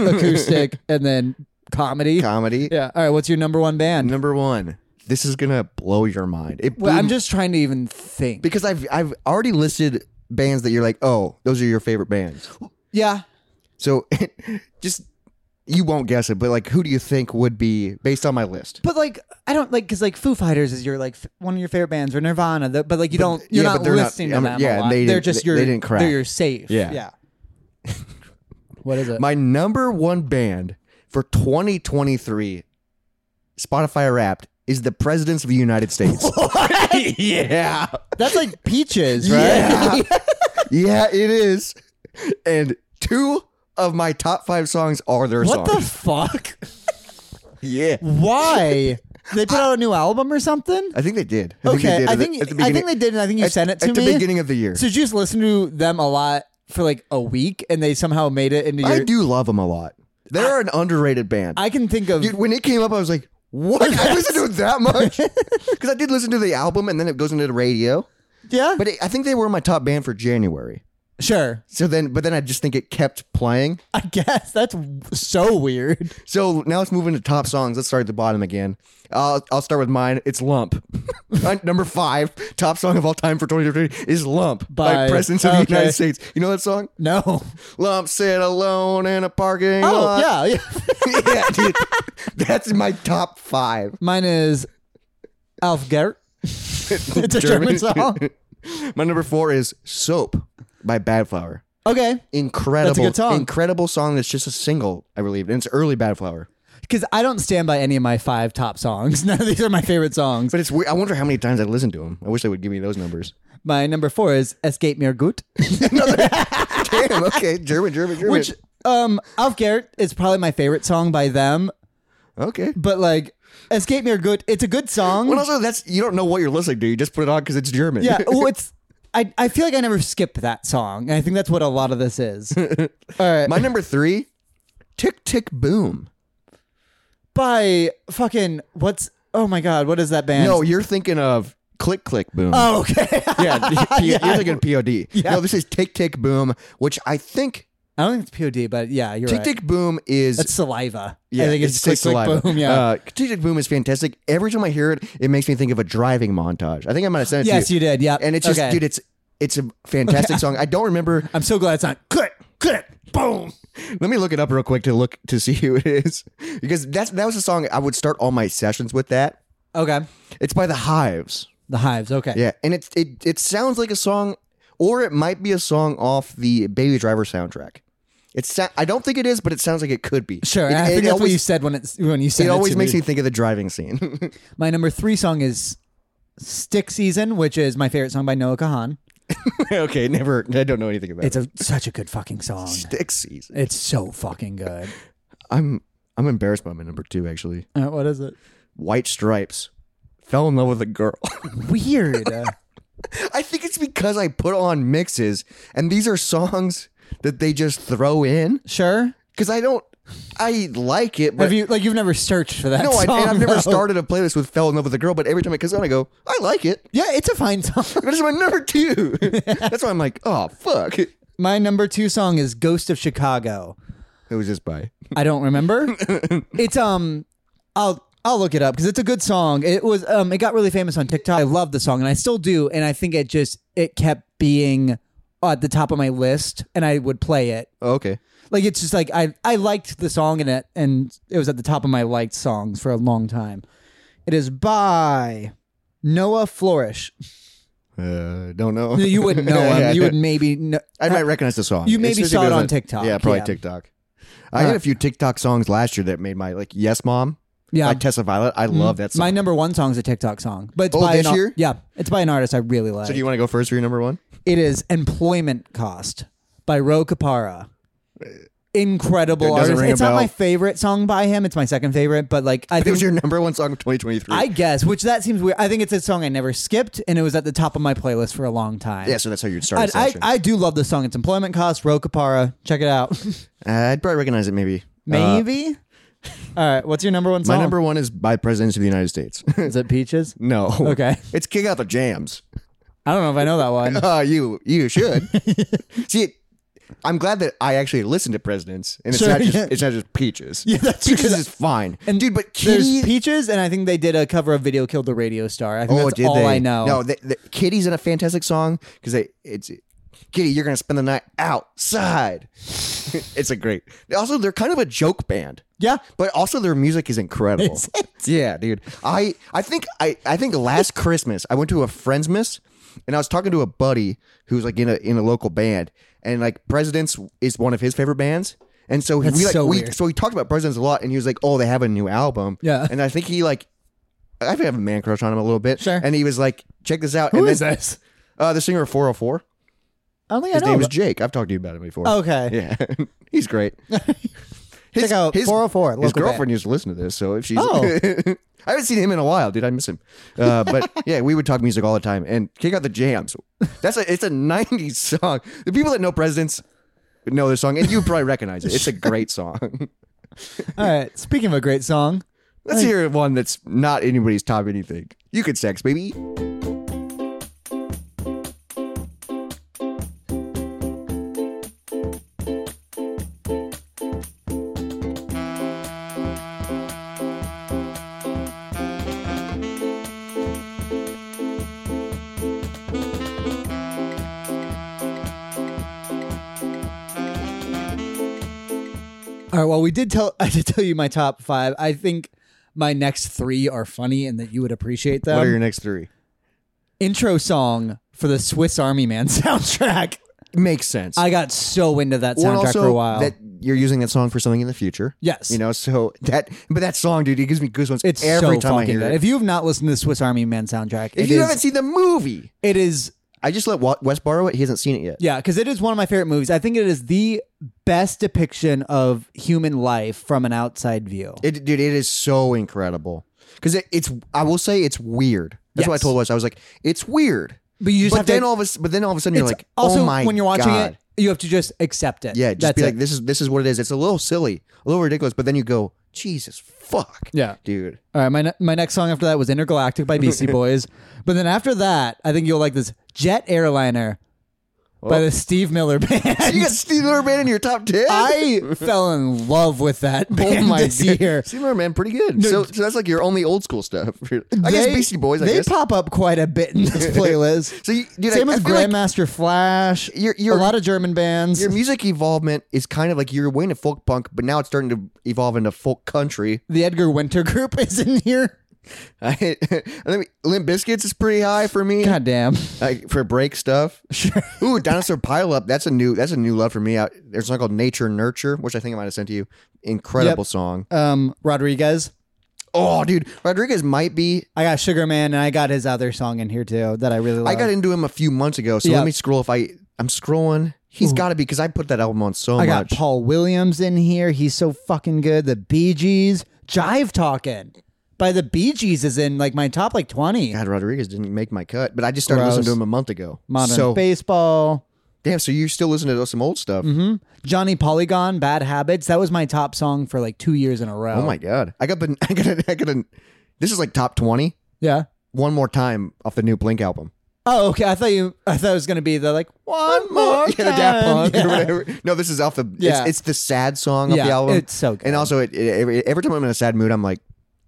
acoustic, and then comedy.
[laughs] comedy.
yeah. All right. What's your number one band?
Number one. This is gonna blow your mind. It
well,
blew
I'm just trying to even think.
because I've I've already listed bands that you're like, oh, those are your favorite bands.
yeah.
So [laughs] just you won't guess it, but like, who do you think would be based on my list?
But like I don't like because like Foo Fighters is your like f- one of your favorite bands or Nirvana, the, but like you don't you're
yeah, but
not
they're not-
listening
I
to
mean,
them. a
yeah, and
lot.
they
they're
didn't-
just
they-
your
they didn't crack.
They're your safe.
Yeah.
yeah. what is it?
My [laughs] number one band for 2023, Spotify Wrapped, is the Presidents of the
[laughs]
United States. yeah,
That's like peaches, right? [laughs]
Yeah. yeah, it is. And two of my top five songs are their
what the
songs.
fuck?
yeah,
Why? They put out a new album or something?
I think they did. I
Okay,
think they did
I
at the-
think
at the
I
beginning-
think they did, and I think you
at-
sent it to
at
me.
the beginning of the year.
So you just listen to them a lot for like a week, and they somehow made it into your.
I do love them a lot. They're an underrated band.
I can think of
Dude, when it came up, I was like, "What? I listened to it
[laughs]
that much?" Because I did listen to the album, and then it goes into the radio.
yeah,
But it, I think they were my top band for January.
sure.
So then, but then I just think it kept playing.
I guess that's w- so weird.
So now let's move into top songs. Let's start at the bottom again. I'll I'll start with mine. It's Lump. [laughs] My Number five, top song of all time for 2023 is Lump by,
By-
Presidents of the
okay.
United States. You know that song?
No.
Lump sit alone in a parking
Oh
lot.
yeah, yeah.
[laughs] yeah, dude. That's my top five.
Mine is Alf Gert. it's a [laughs] German, song.
[laughs] my number four is Soap by Badflower.
Okay,
Incredible,
That's a good song.
incredible song. That's just a single, I believe, and it's early Badflower.
because I don't stand by any of my five top songs. [laughs] None of these are my favorite songs.
But it's weird. I wonder how many times I listened to them. I wish they would give me
[laughs]
those numbers.
My number four is Escape Mir Gut, [laughs]
[laughs] Damn. Okay. German. German. German.
which um Alf Gert is probably my favorite song by them.
okay.
But like Escape Mir Gut, it's a good song.
Well, also that's you don't know what you're listening to. You just put it on because it's
[laughs]
German. [laughs]
yeah, well, it's. I, I feel like I never skip that song, and I think that's what a lot of this is. All right,
my number three, Tick Tick Boom.
by fucking what's oh my god, what is that band?
No, you're thinking of Click Click Boom.
[laughs] oh, okay.
[laughs]
[laughs]
yeah, you're thinking POD. No, this is Tick Tick Boom, which I think
I don't think it's POD, but yeah, you're
Tick
right.
Tick Boom is.
That's saliva.
yeah,
I think it's,
Tick
click, click,
Saliva.
boom. Yeah.
uh, Tick Tick Boom is fantastic. Every time I hear it, it makes me think of a driving montage. I think I'm gonna send it
yes, you
to you.
did. Yeah.
And it's just,
okay.
dude, it's it's a
[laughs]
fantastic song. I don't remember.
I'm so glad it's not click, click, boom.
Let me look it up real quick to look to see who it is, because that's that was a song I would start all my sessions with. That
Okay.
it's by the Hives.
The hives. Okay.
Yeah, and it it it sounds like a song, or it might be a song off the Baby Driver soundtrack. It's sa- I don't think it is, but it sounds like it could be.
Sure.
It,
and I think
it
that's what you
always
said when it's when you said
it always
to
makes
me.
me think of the driving scene. [laughs]
My number three song is Stick Season, which is my favorite song by Noah Kahan.
[laughs] okay, never. I don't know anything about
It's
it.
a such a good fucking song.
Stick season.
It's so fucking good.
I'm I'm embarrassed by my number two actually.
Uh, what is it?
White stripes. Fell in love with a girl. [laughs]
Weird.
I think it's because I put on mixes, and these are songs that they just throw in.
sure.
Because I don't, I like it, but
Have you like you've never searched for that?
No, I,
song,
and I've
though.
never started a playlist with "Fell in Love with a Girl," but every time it comes on, I go, "I like it."
Yeah, it's a fine song.
But it's my number [laughs] two. That's why I'm like, "Oh fuck." It
[laughs] My number two song is Ghost of Chicago.
was just by.
I don't remember. [laughs] it's um, I'll I'll look it up because it's a good song. It was um, it got really famous on TikTok. I love the song and I still do. And I think it just it kept being at the top of my list, and I would play it.
Oh, okay.
Like it's just like I I liked the song and it and it was at the top of my liked songs for a long time. It is by Noah Flourish.
Uh, don't know.
You wouldn't know
[laughs] Yeah,
him. You
I-
would maybe know.
I might recognize the song.
Uh, You
It's
maybe
just
saw it
goes
on TikTok,
Yeah, probably
yeah. Uh,
TikTok. I had a few TikTok songs last year that made my like "Yes, Mom"
Yeah. Mm-hmm.
by Tessa Violet. I love that song.
My number one song is a TikTok song, but it's
Oh,
by
this
an, ar-
year?
yeah, it's by an artist I really like.
so do you want to
[laughs]
go first for your number one?
it is "Employment Cost" by Ro Capara. incredible
Uh, That doesn't
artist.
ring a
It's not
bell.
my favorite song by him. It's my second favorite, but like I
It
think
was your number one song of 2023.
I guess, which that seems weird. I think it's a song I never skipped, and it was at the top of my playlist for a long time.
yeah, so that's how you'd start a
I, I,
session.
I do love this song. It's Employment Cost, Ro Capara. Check it out. [laughs]
Uh, I'd probably recognize it maybe. Uh,
Maybe. All right. What's your number one song?
my number one is by Presidents of the United States.
[laughs]
[laughs]
is it Peaches?
no.
Okay.
It's Kick Out the Jams. [laughs]
I don't know if I know that one.
Uh, you
[laughs]
you should. See, I'm glad that I actually listened to Presidents, and it's
Sure,
not just
yeah.
it's not just peaches.
Yeah, that's
peaches
true.
is fine.
And
dude, but
There's
Kitty.
Peaches, and I think they did a cover of "Video Killed the Radio Star." I think that's all I know.
Oh, No, the, the, Kitty's in a fantastic song because they it's Kitty. You're gonna spend the night outside. [laughs] it's a great. Also, they're kind of a joke band.
Yeah.
but also their music is incredible.
Is it?
Yeah, dude. I I think I I think last Christmas I went to a friend's miss, and I was talking to a buddy who's like in a in a local band, and like Presidents is one of his favorite bands. And so he,
That's
we like
so
we
weird.
so we talked about Presidents a lot, and he was like, "Oh, they have a new album."
Yeah.
and I think he like I have a man crush on him a little bit.
Sure.
And he was like, check this out.
Who
and
is
then,
this?
Uh, the singer of 404.
I don't think
His
I know. Oh,
name is
about-
Jake. I've talked to you about him before.
okay.
Yeah. [laughs] he's
[laughs]
great. His,
Check out 404,
His
local
girlfriend
band.
used to listen to this. So if she's.
Oh.
[laughs] I haven't seen him in a while, dude. I miss him.
[laughs]
Uh, but yeah, we would talk music all the time and kick out the jams. That's a, [laughs] it's a 90s song. The people that know Presidents know this song, and you probably recognize it. It's a great song. [laughs]
All right. Speaking of a great song,
Let's hear one that's not anybody's top anything. You could sex, baby.
all right. Well, we did tell [laughs] I did tell you my top five. I think my next three are funny, and that you would appreciate them.
What are your next three?
Intro song for the Swiss Army Man [laughs] soundtrack.
Makes sense.
I got so into that soundtrack
Well, also,
for a while.
That you're using that song for something in the future.
Yes.
You know, so that but that song, dude, it gives me goosebumps
it's
every
so
time I
fucking
hear
good.
it.
If you have not listened to the Swiss Army Man soundtrack,
If
it
you
is-
haven't seen the movie,
it is
I just let Wa- Wes borrow it. He hasn't seen it yet.
Yeah, because it is one of my favorite movies. I think it is the best depiction of human life from an outside view.
It, dude, it is so incredible because it, it's. I will say it's weird. That's what I
Yes.
told Wes. I was like, it's weird.
But you just
But
have
then
to.
all of a s- but then all of a sudden you're
it's
like,
also
oh my
when you're watching
God.
it, you have to just accept it.
yeah, just
That's
be
it.
like, this is this is what it is. It's a little silly, a little ridiculous, but then you go, Jesus fuck,
Yeah.
dude.
All right, my ne- my next song after that was Intergalactic by
[laughs]
Beastie Boys, but then after that, I think you'll like this Jet Airliner by the Steve Miller
Oh.
[laughs]
You
Band.
got Steve Miller Band in your top ten. [laughs]
I fell in love with that [laughs] band this
Oh God.
year.
Steve Miller Man, pretty good. so, so that's like your only old school stuff. [laughs] I guess
They-
Beastie Boys. I
they
guess.
pop up quite a bit in this
[laughs]
playlist.
so, you, dude,
Same
I,
with
I feel like
Grandmaster Flash.
Your- your-
a lot of German bands.
your music evolvement is kind of like you're way into folk punk, but now it's starting to evolve into folk country. [laughs]
the Edgar Winter group [laughs] is in here.
I, I think Limp Biscuits is pretty high for me.
God damn.
Like for break stuff.
[laughs]
Sure. Ooh, Dinosaur Pileup. That's a new. That's a new love for me. I, there's a song called Nature Nurture, which I think I might have sent to you. Incredible song.
Um, Rodriguez.
Oh, dude, Rodriguez might be
I got Sugar Man and I got his other song in here too that I really like.
I got into him a few months ago, so
Uh, Yeah.
let me scroll. If I I'm scrolling, he's got to be because I put that album on so
I got
much.
Paul Williams in here. He's so fucking good. The Bee Gees. Jive Talkin' by the Bee Gees is in like my top like 20.
God, Rodriguez didn't make my cut, but I just started listening to
Gross.
him a month ago.
Modern
so
Baseball.
damn, so you still listen to some old stuff?
Mm-hmm. Johnny Polygon, Bad Habits. That was my top song for like two years in a row.
Oh my god, I got the [laughs] I got a, I got a, this is like top twenty
Yeah.
one more time off the new Blink album.
Oh, okay. I thought you, I thought it was going to be the like one more.
[laughs] yeah, the Daft
time. [laughs]
Punk
Yeah.
or whatever. No, this is off the.
Yeah.
It's, it's the sad song of
Yeah,
the album.
it's so good.
And also, it, it- every, every time I'm in a sad mood, I'm like,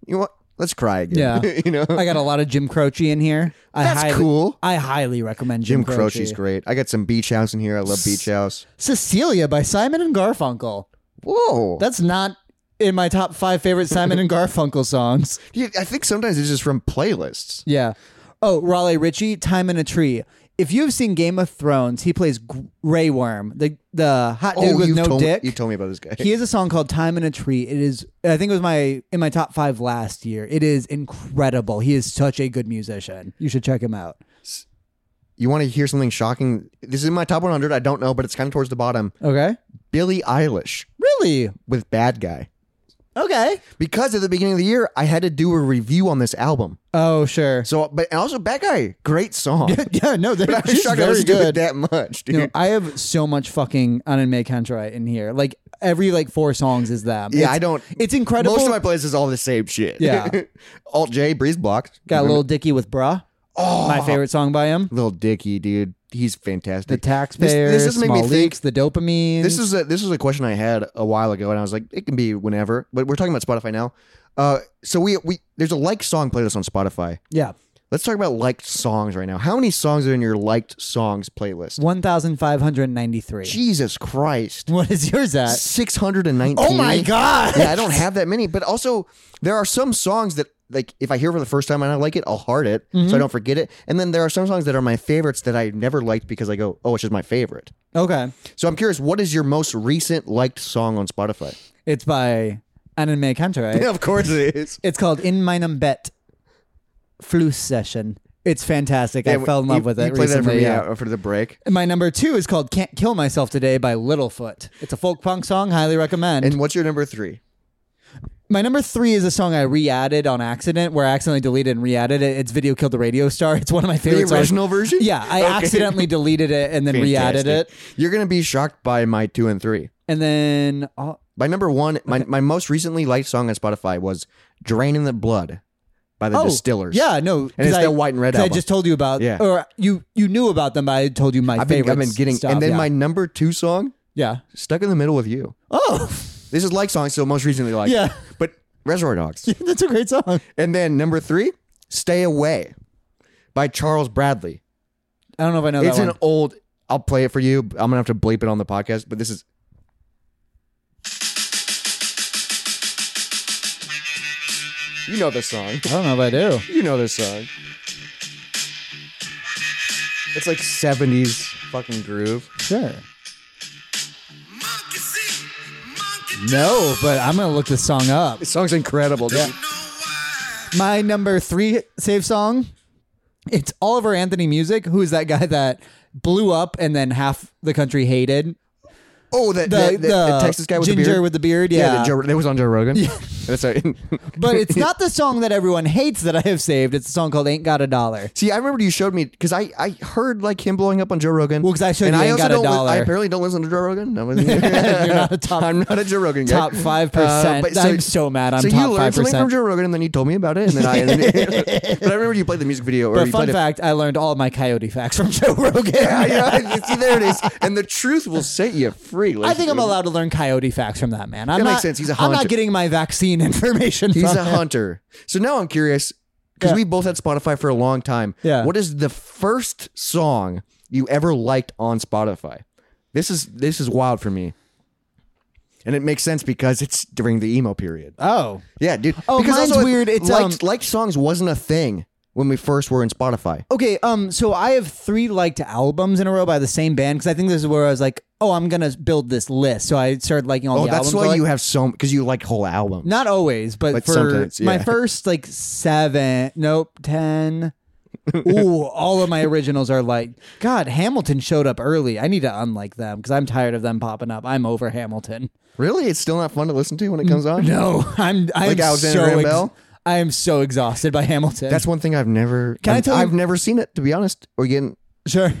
you know what? Let's cry again.
Yeah.
[laughs] you know,
I got a lot of Jim Croce in here. I
That's
highly,
cool.
I highly recommend Jim,
Jim Croce's great. I got some Beach House in here. I love Beach House.
Cecilia by Simon and Garfunkel.
Whoa.
That's not in my top five favorite Simon
[laughs]
and Garfunkel songs.
Yeah, I think sometimes it's just from playlists.
Yeah. Oh, Raleigh Ritchie, Time in a Tree. If you've seen Game of Thrones, he plays Grey Worm, the the hot dude with
you've
no
told,
dick.
Oh, You told me about this guy.
he has a song called "Time in a Tree." It is, I think, it was my in my top five last year. It is incredible. He is such a good musician. You should check him out.
you want to hear something shocking? This is in my top 100. I don't know, but it's kind of towards the bottom.
Okay,
Billie Eilish.
Really?
with Bad Guy.
Okay.
Because at the beginning of the year, I had to do a review on this album.
Oh, sure.
So, but and also Bad Guy, great song.
[laughs] yeah, no,
but
they're
I was
just
shocked I
very
was doing it
good.
that much, dude.
You know, I have so much fucking anime Kantra in here. Like every like four songs is them.
yeah,
It's-
I don't.
It's incredible.
Most of my plays is all the same shit.
Yeah.
[laughs] Alt J, Breeze Block.
Got a little Dicky with Bra.
Oh.
my favorite song by him.
little Dicky, dude. He's
The
fantastic.
taxpayer.
this doesn't make
small
me think-
leaks. The dopamine.
this is a this is a question I had a while ago, and I was like, it can be whenever. But we're talking about Spotify now. Uh, so we we there's a like song playlist on Spotify.
yeah,
Let's talk about liked songs right now. How many songs are in your liked songs playlist?
one thousand five hundred ninety three.
Jesus Christ,
What is yours at?
six hundred and nineteen.
Oh god!
Yeah, I don't have that many, but also there are some songs that like if I hear it for the first time and I like it, I'll heart it so I don't forget it. And then there are some songs that are my favorites that I never liked because I go, oh, it's just my favorite.
[laughs] Okay,
So I'm curious, what is your most recent liked song on Spotify?
it's by anime Kantra. right?
[laughs] of course it is.
It's called In Meinem Bett Flu Session. It's fantastic. I fell in love with it
You played that for
recently.
me
yeah.
uh, for the break.
And my number two is called Can't Kill Myself Today by Littlefoot. It's a folk punk song, highly recommend.
And what's your number three?
my number three is a song I re added on accident where I accidentally deleted and re added it. It's Video Killed the Radio Star. [laughs] It's one of my
The
favorite songs.
original version?
Yeah, I
Okay.
accidentally deleted it and then re added it.
Fantastic. You're gonna be shocked by my two and three.
And then, oh,
My number one, my, my most recently liked song on Spotify was "Drain in the Blood" by the
oh,
Distillers.
Yeah, no. 'cause
it's
I,
their White and Red
'cause I
album.
just told you about,
Yeah.
or you you knew about them, but I told you my
I've
favorite
been, I've been getting,
stuff.
and then
yeah.
my number two song,
Yeah.
"Stuck in the Middle with You."
Oh, [laughs]
This is like song, so most recently like,
Yeah.
but Reservoir Dogs,
that's a great song.
and then number three, "Stay Away" by Charles Bradley.
I don't know if I know
It's
that
an
one.
old. I'll play it for you. I'm gonna have to bleep it on the podcast, but this is. You know this song. [laughs]
I don't know if I do.
You know this song. It's like 70s fucking groove.
Sure. No, but I'm gonna look this song up.
This song's incredible. dude.
My number three save song. It's Oliver Anthony Music, who is that guy that blew up and then half the country hated.
Oh, that
The,
that- that-
the,
that Texas guy with
ginger
the beard.
with the beard,
yeah,
yeah.
that, Joe, that was on Joe Rogan. Yeah. [laughs] That's right.
but it's
[laughs]
not the song that everyone hates that I have saved. It's a song called "Ain't Got a Dollar." [laughs]
See, I remember you showed me because I, I heard like him blowing up on Joe Rogan.
Well, 'cause I showed
and
you
I
Ain't
also
Got a
don't li- I
Dollar.
apparently don't listen to Joe Rogan. No,
[laughs] You're not a
[laughs]
top-
I'm not a Joe Rogan guy. Uh,
Top five percent.
but
I'm so mad. I'm
so you
top
learned
five
something from
percent.
Joe Rogan, and then you told me about it, and then
[laughs]
I. and then- but I remember you played the music video, or
But
you
fun
played it.
fact, I learned all my coyote facts from [laughs] Joe Rogan.
[laughs] yeah, yeah. See, there it is. And the truth will set you free.
I
ladies
think
and
I'm
gentlemen.
allowed to learn coyote facts from that man. I'm
That
not,
makes sense. He's a
I'm
hunter.
not getting my vaccine [laughs] information.
[laughs] He's
from
a
him.
hunter. So now I'm curious because
Yeah.
we both had Spotify for a long time.
Yeah.
What is the first song you ever liked on Spotify? This is this is wild for me. And it makes sense because it's during the emo period.
Oh,
Yeah, dude.
Oh,
because
mine's
also,
weird. It's,
liked,
um,
liked songs wasn't a thing when we first were in Spotify.
okay. Um, so I have three liked albums in a row by the same band because I think this is where I was like, oh, I'm gonna build this list. So I started liking all
Oh,
the
that's
albums.
why
I like.
you have so because you like whole album.
Not always, but,
But
for
sometimes,
my
yeah. [laughs]
first like seven, nope, ten. Ooh, all of my originals are like, God, Hamilton showed up early. I need to unlike them because I'm tired of them popping up. I'm over Hamilton. [laughs]
Really, it's still not fun to listen to when it comes on.
No, I'm I'm
Like Alexander
so
Graham
ex-
Bell?
I am so exhausted by Hamilton.
That's one thing I've never.
Can I
I've-
tell you-
I've never seen it to be honest. Or again,
sure.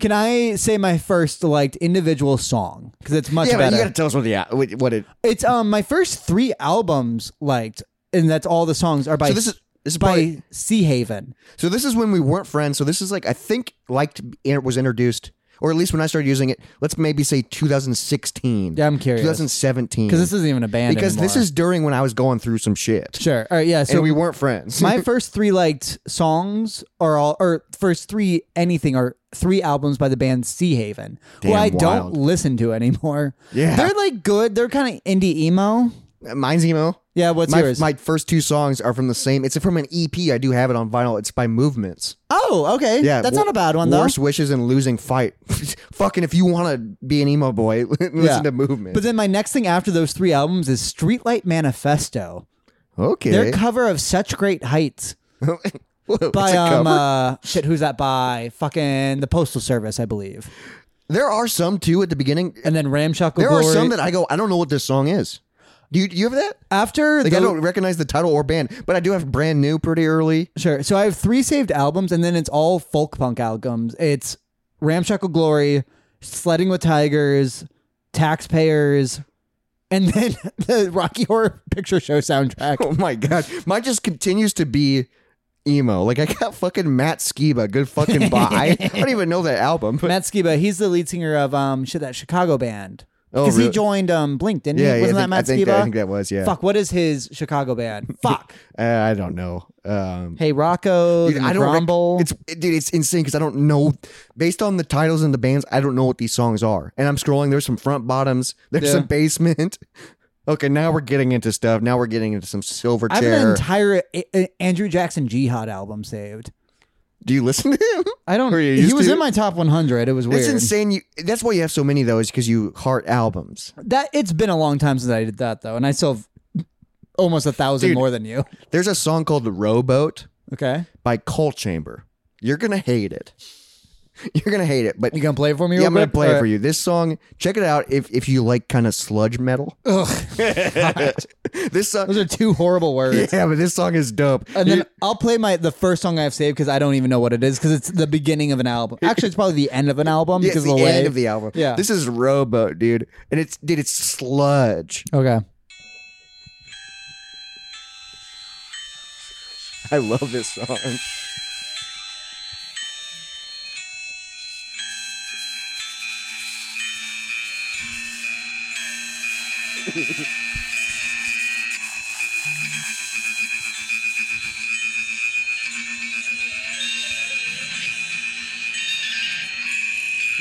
Can I say my first liked individual song because it's much
yeah, but
better?
you got to tell us what the what it
it's um my first three albums liked, and that's all the songs are by
So this is this is probably,
by Sea Haven.
so this is when we weren't friends. So this is like I think liked it was introduced, or at least when I started using it. Let's maybe say 2016.
Yeah, I'm curious.
2017.
Because this isn't even a band.
because this
anymore.
is during when I was going through some shit,
sure. All right, yeah.
and
So
we weren't friends.
my first three liked songs are all, or first three anything are three albums by the band Sea Haven, who
Damn
I don't
wild.
listen to anymore.
Yeah.
they're like good. They're kind of indie emo.
Mine's emo.
Yeah, what's
My,
yours?
my first two songs are from the same. It's from an EP. I do have it on vinyl. It's by Movements.
oh, okay.
Yeah,
that's
wor-
not a bad one though.
Worst wishes and losing fight. [laughs] Fucking if you want to be an emo boy, [laughs] listen
Yeah.
to Movements.
But then my next thing after those three albums is Streetlight Manifesto.
okay, [laughs]
Their cover of Such Great Heights
Whoa, it's
by
a
um
cover?
uh, shit who's that by fucking the Postal Service I believe.
There are some too at the beginning.
and then ramshackle
There
glory.
are some that I go, I don't know what this song is. Do you, do you have that?
after
Like
the,
I don't recognize the title or band, but I do have brand new pretty early. [laughs]
Sure. So I have three saved albums, and then it's all folk punk albums. It's Ramshackle Glory, Sledding with Tigers, Taxpayers, and then [laughs] the Rocky Horror Picture Show
[laughs]
soundtrack.
Oh my god, mine just continues to be emo. Like I got fucking Matt Skiba, good
[laughs]
fucking bye. I don't even know that album. But
Matt Skiba, he's the lead singer of um shit that Chicago band.
Oh,
Because he
really?
joined um Blink, didn't
yeah,
he?
yeah,
Wasn't that
I think, I
Matt
think
Skiba?
that, I think that was yeah.
Fuck, what is his Chicago
[laughs]
band? Fuck.
Uh, I don't know. Um,
Hey Rocco,
dude,
the
I don't. rec-
Grumble.
it's dude, it's insane because I don't know. Based on the titles and the bands, I don't know what these songs are. And I'm scrolling. There's some front bottoms. There's
Yeah.
some basement. [laughs] Okay, now we're getting into stuff. Now we're getting into some silver
I have an
chair.
entire A- A- Andrew Jackson Jihad album saved.
Do you listen to
[laughs]
him?
I don't.
Or you
He
used
was
to?
in my top 100. It was weird.
It's insane. You, that's why you have so many though, is because you heart albums.
That it's been a long time since I did that though, and I still have almost a thousand
Dude.
more than you.
There's a song called "The Rowboat"
Okay,
by Cold Chamber. You're gonna hate it. [laughs] You're gonna hate it. But
you gonna play it for me?
yeah, I'm gonna play it for you. This song, check it out if if you like kind of sludge
[laughs]
metal. [laughs]
Ugh,
this song, [laughs]
those are two horrible words.
yeah, but this song is dope.
And then I'll play my the first song I've saved because I don't even know what it is because it's the beginning of an
[laughs]
album. Actually, it's probably the end of an album
Yeah,
because
it's the,
of the
end
way-
of the album.
Yeah.
this is Rowboat, dude, and it's dude, it's sludge.
okay.
[laughs] I love this song.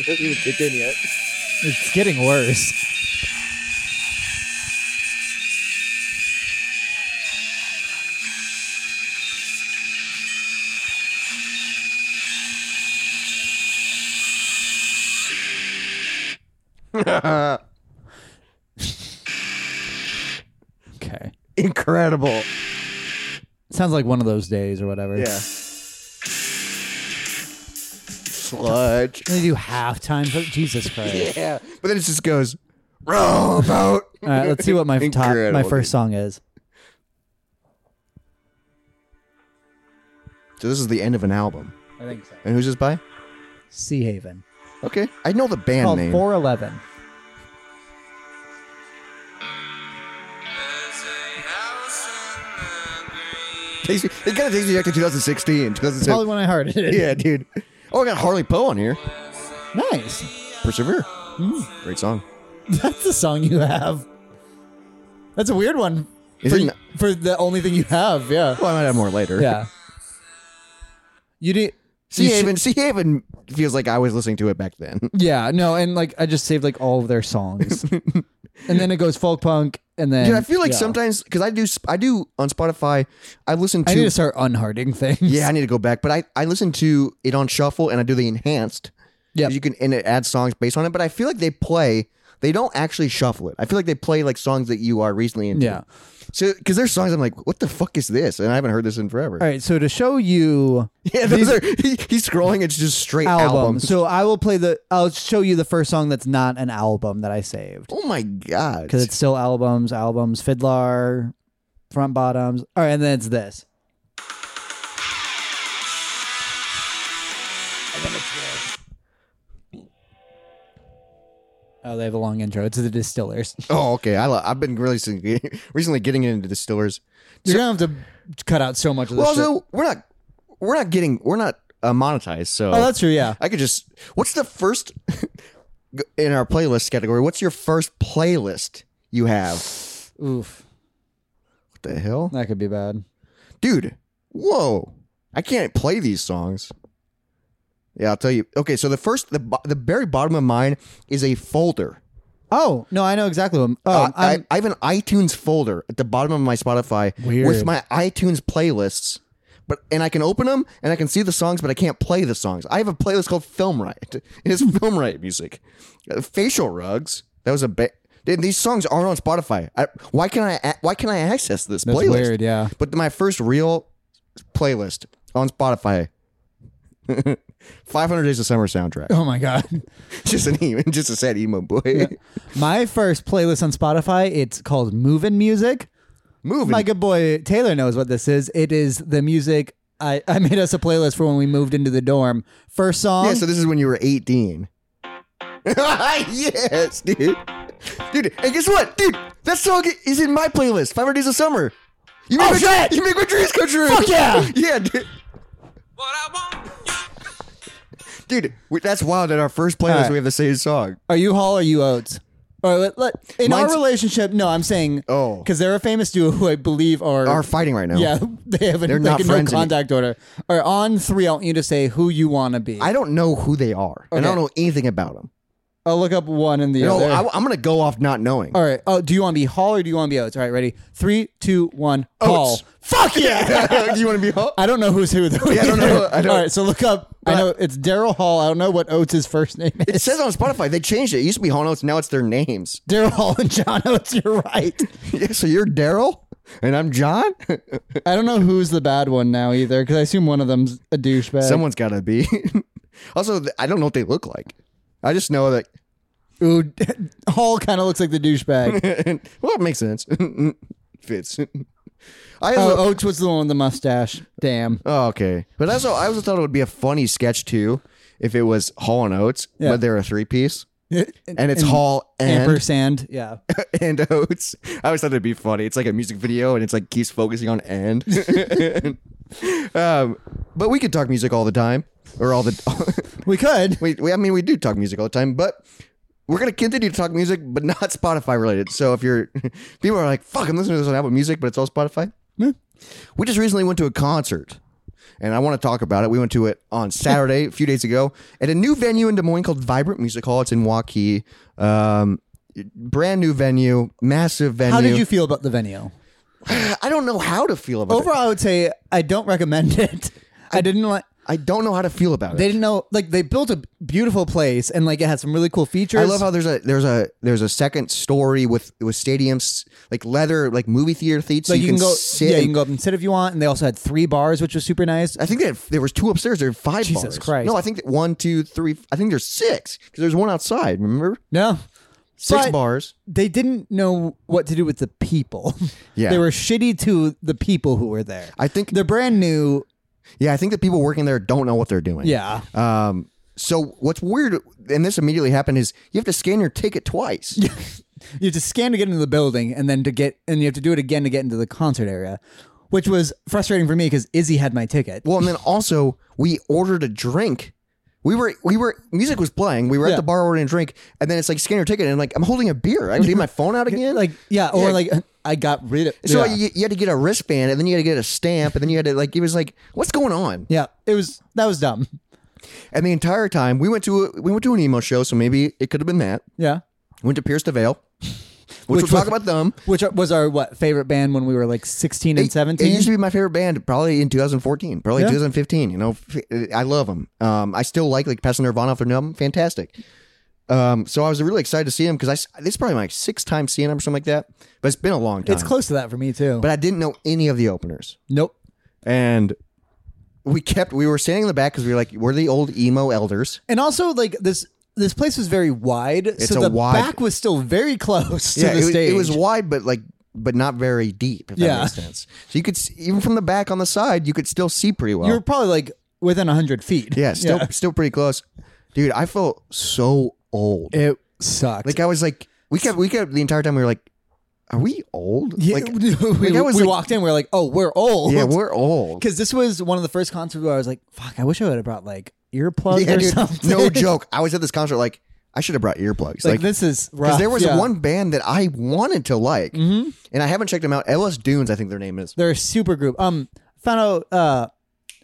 not even kicked in yet.
It's getting worse. okay.
Incredible.
Sounds like one of those days or whatever.
Yeah. Sludge.
They do halftime. for- Jesus Christ.
Yeah. But then it just goes, rowboat.
[laughs] All right, let's see what my top,
Incredible,
my
dude.
first song is.
So this is the end of an album.
I think so.
And who's this by?
Sea Haven.
Okay. I know the band
Called
name.
411.
Takes me- it kind of takes me back to 2016, 2017.
Probably when I heard
[laughs]
it.
Yeah, dude. Oh, I got Harley Poe on here.
Nice.
Persevere.
Hmm.
Great song.
That's the song you have. That's a weird one.
Is
for,
it not-
for the only thing you have, yeah.
Well, I might have more later.
Yeah. You did.
Sea Haven. Sea Haven feels like I was listening to it back then. [laughs]
Yeah, no, and like I just saved like all of their songs, and then it goes folk punk, and then
Dude, I feel like
yeah.
sometimes because I do, sp- I do on Spotify. I listen to.
I need to start unharding things.
yeah, I need to go back, but I I listen to it on shuffle and I do the enhanced.
[laughs] Yep.
you can and it adds songs based on it. But I feel like they play. They don't actually shuffle it. I feel like they play like songs that you are recently into.
Yeah.
So because there's songs I'm like, what the fuck is this? And I haven't heard this in forever.
All right, so to show you
[laughs] Yeah, those are. He, he's scrolling. It's just straight
album,
albums.
so I will play the. I'll show you the first song that's not an album that I saved.
Oh my god.
because it's still albums, albums, fiddler, front bottoms. All right, and then it's this. Oh, they have a long intro. It's the Distillers.
oh okay. I lo- I've been really recently, [laughs] recently getting into distillers.
[laughs] You're gonna have to cut out so much of this.
Well,
shit.
also we're not we're not getting we're not uh, monetized. So
oh, that's true. Yeah,
I could just. What's the first [laughs] in our playlist category? What's your first playlist you have?
[laughs] oof,
What the hell,
that could be bad.
dude? Whoa! I can't play these songs. Yeah, I'll tell you. Okay, so the first, the bo- the very bottom of mine is a folder.
Oh no, I know exactly what. I'm, oh,
Uh,
I'm-
I, I have an iTunes folder at the bottom of my Spotify
Weird.
with my iTunes playlists. But and I can open them and I can see the songs, but I can't play the songs. I have a playlist called Film Riot. [laughs] It's Film Riot music. Uh, facial rugs. That was a bit. These songs aren't on Spotify. I, why can I? a- Why can I access this
that's
playlist?
weird. Yeah,
[laughs] But my first real playlist on Spotify 500 Days of Summer soundtrack.
Oh my god.
[laughs]
[laughs]
Just an emo, just a sad emo boy.
My first playlist on Spotify, it's called Movin' Music.
[laughs] Moving.
My good boy Taylor knows what this is. It is the music I, [laughs] I made us a playlist for when we moved into the dorm. First song.
yeah, so this is when you were 18. [laughs] yes, dude. Dude, and guess what? Dude, that song is in my playlist, 500 Days of Summer. You make,
Oh,
my,
shit!
You make my dreams come true.
Fuck yeah!
[laughs] yeah, dude. Dude, we, that's wild. At our first playlist,
Alright.
we have the same song.
Are you Hall or you Oates? Or let, let, in our
Mine's-
relationship, no, I'm saying
Oh.
because they're a famous duo who I believe are
Are fighting right now.
yeah [laughs] they have a,
They're
like
not
a no
friends any-
contact order. Or on three, I want you to say who you want to be.
I don't know who they are, and
Okay.
I don't know anything about them.
I'll look up one and the
You know,
other.
I, am gonna go off not knowing. [laughs]
All right. Oh, do you want to be Hall or do you want to be Oates? All right, ready? Three, two, one. Hall.
Oates.
[laughs]
Fuck yeah! Do you want to be hot?
I don't know who's who though.
Yeah, I don't know.
either.
I don't-
All right, so look up. I
But-
know it's Daryl Hall. I don't know what Oates' first name
It
is.
says on Spotify they changed it. It used to be Hall Notes, now it's their names. [laughs]
Daryl Hall and John Oates. You're right.
yeah, so you're Daryl, and I'm John. [laughs]
I don't know who's the bad one now either because I assume one of them's a douchebag.
Someone's gotta be. [laughs] also, th- I don't know what they look like. I just know that. [laughs]
Ooh, [laughs] Hall kind of looks like the douchebag.
[laughs] well, it makes sense. [laughs] Fits. [laughs] I also,
oh, Oates was the one with the mustache. Damn.
Oh, okay. But also, I also thought it would be a funny sketch too if it was Hall and Oates, but they're a three piece, [laughs] and it's Hall and
Ampersand. Yeah.
[laughs] and Oates. I always thought it'd be funny. It's like a music video, and it's like keeps focusing on and. [laughs] um, but we could talk music all the time, or all the. [laughs]
We could.
we, we, I mean, we do talk music all the time, but we're gonna continue to talk music, but [laughs] not Spotify related. So if you're, [laughs] people are like, "Fuck, I'm listening to this on Apple Music, but it's all Spotify." We just recently went to a concert, and I want to talk about it. We went to it on Saturday, a few days ago, at a new venue in Des Moines called Vibrant Music Hall. It's in Waukee. Um, brand new venue, massive venue.
How did you feel about the venue?
[gasps] I don't know how to feel about it.
Overall, I would say I don't recommend [laughs] it. I didn't like.
I don't know how to feel about it.
They didn't know. Like they built a beautiful place and like it had some really cool features.
I love how there's a there's a there's a second story with with stadiums like leather like movie theater seats.
like you, can, go.
sit.
yeah, you
and-
can go up and sit if you want. And they also had three bars, which was super nice.
I think they had, there was two upstairs. There were five.
Jesus
bars.
Christ.
No, I think that one, two, three. I think there's six because there's one outside. Remember
No,
six
But-
bars.
they didn't know what to do with the people.
[laughs] Yeah.
they were shitty to the people who were there.
I think
They're brand new.
yeah. I think the people working there don't know what they're doing.
Yeah.
Um. So what's weird, and this immediately happened, is you have to scan your ticket twice.
[laughs] You have to scan to get into the building, and then to get, and you have to do it again to get into the concert area, which was frustrating for me because Izzy had my ticket.
Well, and then also we ordered a drink. We were we were music was playing. We were
Yeah.
at the bar ordering a drink, and then it's like scan your ticket, and like I'm holding a beer. I need my phone out again.
like [laughs] yeah, or
Yeah.
like [laughs] I got rid of.
so
yeah.
you, you had to get a wristband, and then you had to get a stamp, and then you had to like it was like what's going on?
yeah, it was that was dumb.
And the entire time we went to a, we went to an emo show, so maybe it could have been that.
Yeah,
Went to Pierce the Veil, [laughs] which, we'll
was-
talk about them.
which was our what favorite band when we were like sixteen and
It used to
seventeen.
be my favorite band, probably in 2014, probably 2015. You know, F- I love them. Um, I still like like Pest and Nirvana off their album, fantastic. Um, so I was really excited to see them because I s- this is probably my sixth time seeing them or something like that, but it's been a long time.
It's close to that for me too.
Um, but I didn't know any of the openers,
nope.
and we kept we were standing in the back because we were like we're the old emo elders.
And also like this this place was very wide, so
a
the
wide-
back was still very [laughs] close to the
it was,
stage.
it was wide, but like but not very deep. If
Yeah.
that makes sense. So you could s even from the back on the side, you could still see pretty well.
you were probably like within hundred feet.
Yeah, still [laughs] still pretty close. Dude, I felt so old.
It sucked.
like I was like we kept we kept the entire time we were like, Are we old?
Yeah,
like
[laughs] we,
I was,
we
like-
walked in, we are like, oh, we're old.
Yeah, we're old.
because this was one of the first concerts where I was like, fuck, I wish I would have brought like earplugs
Yeah,
or
dude,
something. [laughs]
no joke. I was at this concert like I should have brought earplugs.
like,
Like,
this is rough.
because there was
yeah. Mm-hmm.
one band that I wanted to like, and I haven't checked them out. LS Dunes, I think their name is.
They're a super group. Um, found out. Uh,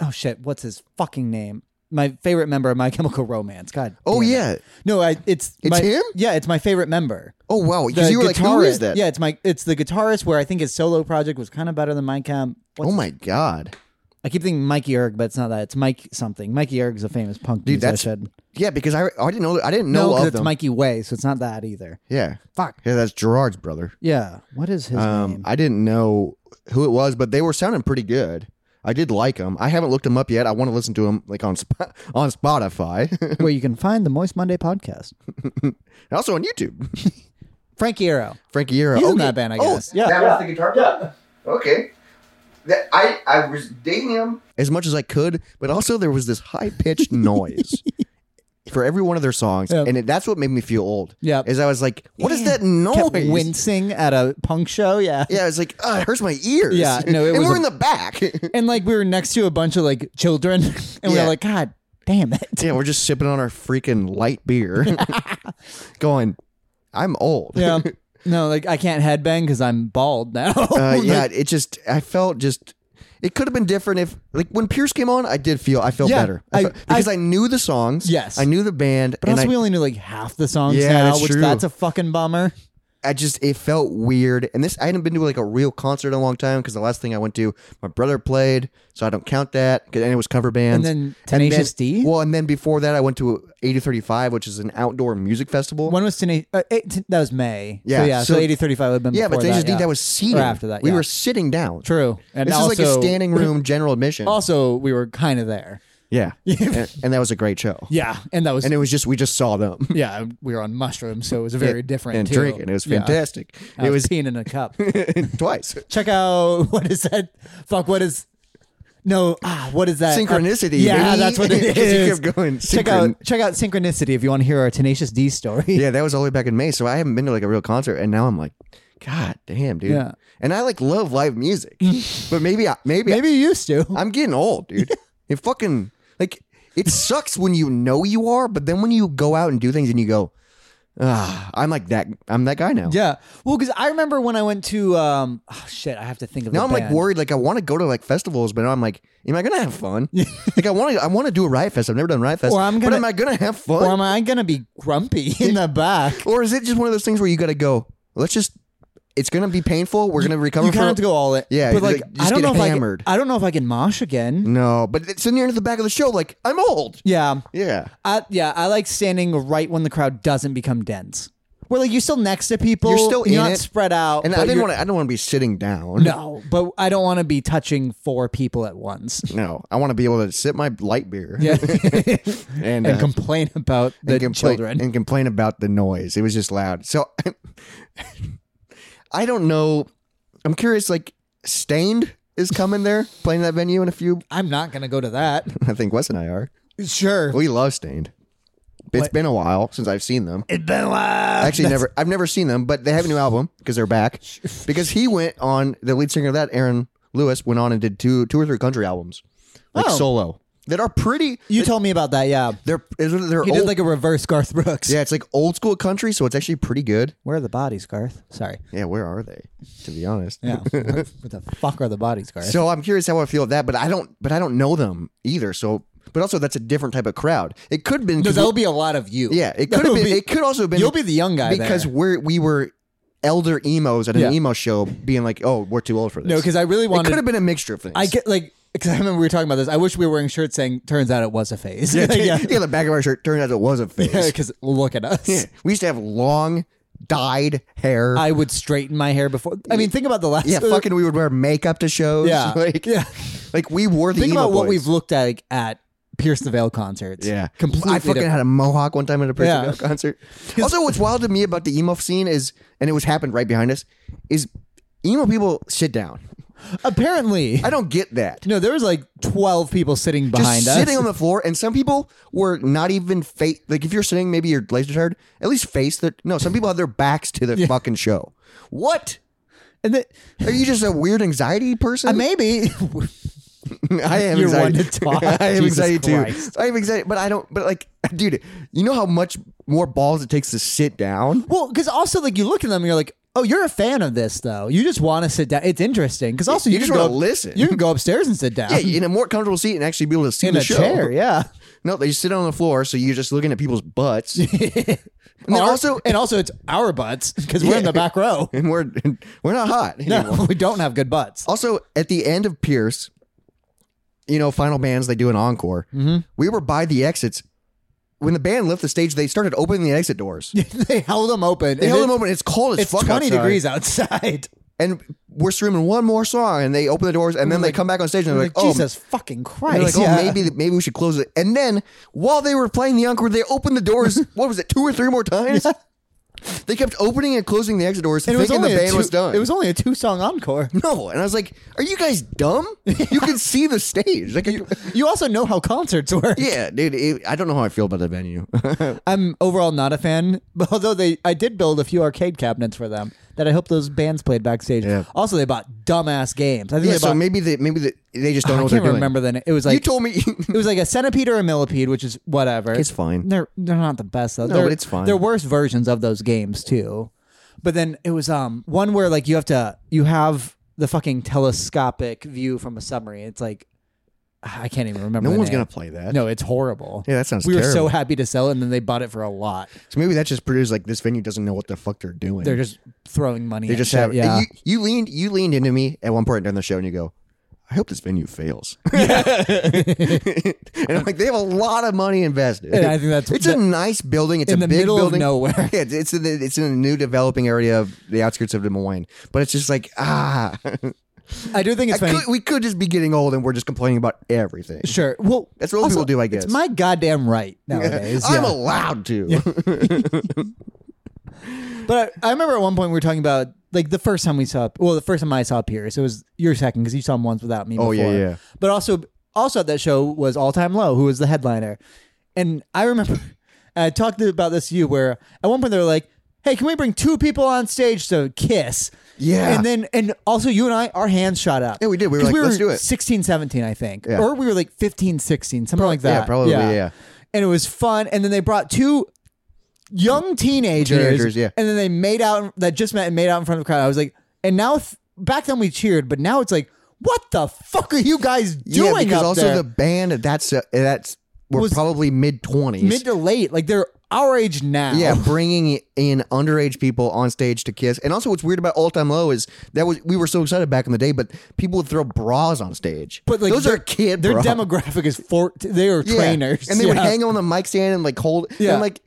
oh shit, what's his fucking name? My favorite member of My Chemical Romance. God. damn
Oh
it.
yeah.
No, I, it's
It's
my,
him?
Yeah, it's my favorite member.
Oh wow. Because
The
you were like, who is
guitarist-
that?
Yeah, it's my it's the guitarist where I think his solo project was kind of better than my camp.
Oh my god.
I keep thinking Mikey Erg, but it's not that. It's Mike something. Mikey Erg's a famous punk
Dude, that's-
musician.
Yeah, because I I didn't know I didn't
no,
know
'cause
of
it's
them.
Mikey Way, so it's not that either.
yeah.
Fuck.
Yeah, that's Gerard's brother.
Yeah. What is his
Um,
name?
I didn't know who it was, but they were sounding pretty good. I did like them. I haven't looked them up yet. I want to listen to them like on Sp- [laughs] on Spotify, [laughs]
where you can find the Moist Monday podcast.
and also on YouTube.
Frankie Arrow.
Frankie Era.
He's
oh,
in
yeah.
that band, I
Oh,
guess. yeah.
That was the guitar. Yeah. Okay. That I I was dating him as much as I could, but also there was this high
[laughs]
pitched noise for every one of their songs,
Yep.
and it, that's what made me feel old.
Yep.
Is I was like, what is
Yeah.
that noise?
Kept wincing at a punk show. Yeah.
Yeah, it's like "Ugh, it hurts my ears.
Yeah, no, it
[laughs] and
was
we're
a-
in the back.
And like we were next to a bunch of like children, [laughs] and we
Yeah.
were like, God damn it.
yeah, we're just sipping on our freaking light
[laughs]
beer, going. I'm old. [laughs]
Yeah. No, like I can't headbang because I'm bald now. [laughs]
Uh, yeah, it just I felt just it could have been different if like when Pierce came on, I did feel I felt
Yeah,
better I
I-
fe- because I, knew the songs.
Yes.
I knew the band,
But
and
also,
I,
we only knew like half the songs
Yeah,
now,
that's
which
true.
that's a fucking bummer.
I just it felt weird. And this I hadn't been to like a real concert in a long time because the last thing I went to, my brother played, so I don't count that. 'cause- And it was cover bands.
then Tenacious D?
Well, and then before that, I went to 8035, which is an outdoor music festival.
When was Tena- uh, eight, that was May.
Yeah,
So yeah, so,
so-
8035 would have been
yeah, but
before
Tenacious
that,
D
yeah.
that was seated
Or after that,
We
yeah.
were sitting down.
True. And
This
also,
is like a standing room general
[laughs]
admission.
Also, we were kind of there. [laughs]
Yeah. and, and that was a great show.
Yeah, and that was
And it was just we just saw them
[laughs] yeah, we were on mushrooms, so it was [laughs] very different
and
too.
drinking. It was
Yeah.
fantastic.
I
It
was
was
peeing in a cup.
[laughs] twice.
Check out [laughs] what is that? Fuck, what is? No, ah, what is that?
Synchronicity,
yeah,
baby.
that's what it
[laughs] 'Cause you
is.
kept going,
Check
synchron-
out check out synchronicity if you want to hear our tenacious D story.
Yeah, that was all the way back in May. So I haven't been to like a real concert, and now I'm like, God damn, dude.
Yeah.
And I like love
[laughs]
live music, but maybe I, maybe,
Maybe you used to.
I'm getting old, dude. it fucking like it sucks when you know you are, but then when you go out and do things and you go, ah, I'm like that. I'm that guy now.
[laughs] Yeah. Well, because I remember when I went to um oh, shit, I have to think of
Now
the
I'm like
band.
worried. Like I want to go to like festivals, but now I'm like, am I gonna have fun?
[laughs]
like I want to. I want to do a riot fest. I've never done riot fest.
Or I'm
but
gonna-
am I gonna have fun?
Or am I gonna be
[laughs]
grumpy in the back?
Or is it just one of those things where you got to go? Let's just. It's gonna be painful. We're gonna recover.
You kind
from
of
it.
have to go all in.
Yeah,
but
like,
like,
just
I don't
get
know if
hammered. Mm.
I, can, I don't know if I can mosh again.
No, but it's in the end of the back of the show. Like I'm old.
Yeah,
Yeah,
I, yeah, I like standing right when the crowd doesn't become dense. Where like you're still next to people,
You're still in
you're not
it.
spread out.
and
but
I didn't
you're-
want to. I don't want to be sitting down.
No, but I don't want to be touching four people at
[laughs]
once.
no. I want to be able to sip my light beer.
Yeah,
[laughs]
[laughs]
and,
and
uh,
complain about the
and complain-
children.
and complain about the noise. It was just loud. So [laughs] I don't know. I'm curious. Like Stained is coming there playing that venue in a few.
I'm not gonna go to that.
I think Wes and I are.
Sure,
We love Stained. It's been a while since I've
[laughs]
seen them.
it's been a while.
Actually, never. I've never seen them, but they have a new album because
[laughs]
they're back. Because he went on the lead singer of that, Aaron Lewis, went on and did two, two or three country albums, like
Oh.
solo, that are pretty.
You told me about that. Yeah,
They're they're, they're
he
old.
did like a reverse Garth Brooks.
Oh. yeah, it's like old school country, so it's actually pretty good.
Where are the bodies, Garth? Sorry.
Yeah, where are they? To be honest.
Yeah. [laughs] Where the fuck are the bodies, Garth?
So I'm curious how I feel of that, but I don't. But I don't know them either. So, but also that's a different type of crowd. It could have been.
Because that'll be a lot of you.
yeah, it could have
That'll
been.
be-
it could also have been.
You'll be the young guy
because
there.
we're we were elder emos at an
Yeah.
emo show, being like, "Oh, we're too old for this."
No, because I really
it could
wanted.
have been a mixture of things.
I get like because I remember we were talking about this. I wish we were wearing shirts saying "Turns out it was a phase." [laughs]
[laughs] yeah,
yeah,
the back of our shirt turned out it was
[laughs]
a face.
Because look at us.
Yeah. We used to have long dyed hair.
I would straighten my hair before. I mean, think about the last.
yeah, fucking. We would wear makeup to shows.
Yeah,
[laughs] like
yeah.
like we wore the
Think
emo
about what
boys.
we've looked at like, at Pierce the Veil concerts.
Yeah,
completely.
I fucking
different.
had a mohawk one time at a Prison
Yeah.
Bell concert.
[laughs]
Also, what's wild to me about the emo scene is, and it was happened right behind us, is emo people sit down.
Apparently,
I don't get that.
no. There was like twelve people sitting
Just
behind
sitting
us.
on the floor, and some people were not even face. Like if you're sitting, maybe your legs are tired. At least face the. No, some people had their backs to the fucking show. What?
and the,
Are you just a weird anxiety person?
maybe
[laughs] I have
You're
anxiety.
one to talk.
[laughs] I have
Jesus
anxiety
Christ.
too. I have anxiety, but I don't. But like, dude, you know how much more balls it takes to sit down.
[laughs] Well, because also like you look at them and you're like, oh, you're a fan of this though. You just want to sit down. It's interesting because also
You
you,
just
can go
wanna
up-
listen.
You can go upstairs and sit down
Yeah, in a more comfortable seat and actually be able to see
in
the
a
show.
chair. Yeah.
No, they sit on the floor, so you're just looking at people's butts.
[laughs]
and then
Our-
also,
[laughs] and also it's our butts because we're in
Yeah.
the back
[laughs]
row.
and we're we're not hot. anymore.
No, [laughs] we don't have good butts.
Also, at the end of Pierce, you know, final bands they do an encore.
Mm-hmm.
We were by the exits. When the band left the stage, they started opening the exit
[laughs]
doors.
they held them open.
They held them open. It's cold as
It's
fuck.
twenty
outside.
degrees outside.
and we're streaming one more song, and they open the doors, and then they come back on stage, and they're [laughs] like,
like,
oh.
Jesus fucking
they're like,
Christ.
oh,
yeah.
maybe maybe we should close it. And then while they were playing the encore, they opened
[laughs]
the doors. what was it, two or three more times? They kept opening and closing the exit doors,
And it was
thinking the
only a
band
two,
was done.
It was only a two song encore.
no, and I was like, "Are you
[laughs]
guys dumb? you can see the stage." Like,
You also know how concerts work.
yeah, dude, it, I don't know how I feel about that venue. [laughs]
I'm overall not a fan, [laughs] but although they, I did build a few arcade cabinets for them that I hope those bands played backstage.
Yeah.
Also, they bought dumbass games. I think
yeah,
they bought.
so maybe they maybe they, they just don't know
I
what
can't
they're
remember the name. It was
doing.
like
you
[laughs]
told me [laughs]
it was like a centipede or a millipede, which is whatever.
it's fine.
They're they're not the best though.
No,
They're-
but it's fine.
They're worse versions of those games too. But then it was um one where like you have to you have the fucking telescopic view from a submarine. It's like I can't even remember.
No
the
one's
name.
gonna play that.
No, it's horrible.
Yeah, that sounds
We were so
terrible.
happy to sell, it, and then they bought it for a lot.
So maybe that just proves like this venue doesn't know what the fuck they're doing.
They're just throwing money.
They
at
just
shit,
have
yeah.
You, you leaned you leaned into me at one point during the show and you go, I hope this venue fails.
[laughs]
[laughs] and I'm like, they have a lot of money invested.
And I think that's-
it's
that-
a nice building. It's
in the
a big
middle of
building.
nowhere.
[laughs] Yeah, it's it's in, the, it's in a new developing area of the outskirts of Des Moines. But it's just like ah,
I do think
I
it's funny.
could, we could just be getting old and we're just complaining about everything.
sure. Well,
That's what old
also,
people do, I guess.
It's my goddamn right
[laughs]
nowadays.
I'm
yeah.
allowed to.
But I, I remember at one point we were talking about like the first time we saw. Well, the first time I saw Pierce, it was your second because you saw him once without me.
Oh, yeah,
before.
yeah.
But also, also at that show was All Time Low, who was the headliner, and I remember [laughs] and I talked about this to you where at one point they were like. Hey, can we bring two people on stage to kiss?
Yeah.
And then, and also you and I, our hands shot up.
Yeah, we did. We were
'Cause
like, "Let's do it."
16, 17, I think.
Yeah.
Or we were like 15, 16, something like
yeah,
that.
probably, yeah.
And it was fun. And then they brought two young teenagers.
Teenagers, yeah.
And then they made out, that just met and made out in front of the crowd. I was like, and now, th- back then we cheered, but now it's like, what the fuck are you guys doing
[laughs] yeah, because
up
also
there?
the band that's uh, that's we're
Was-
probably mid twenties.
Mid to late, like they're our age now.
Yeah, bringing in underage people on stage to kiss. And also, what's weird about All Time Low is that was we were so excited back in the day, but people would throw bras on stage.
But like
those
their-
are kid
Their
bras.
demographic is four. They are
Yeah.
trainers,
and they would
Yeah.
hang on the mic stand and like hold.
Yeah.
and like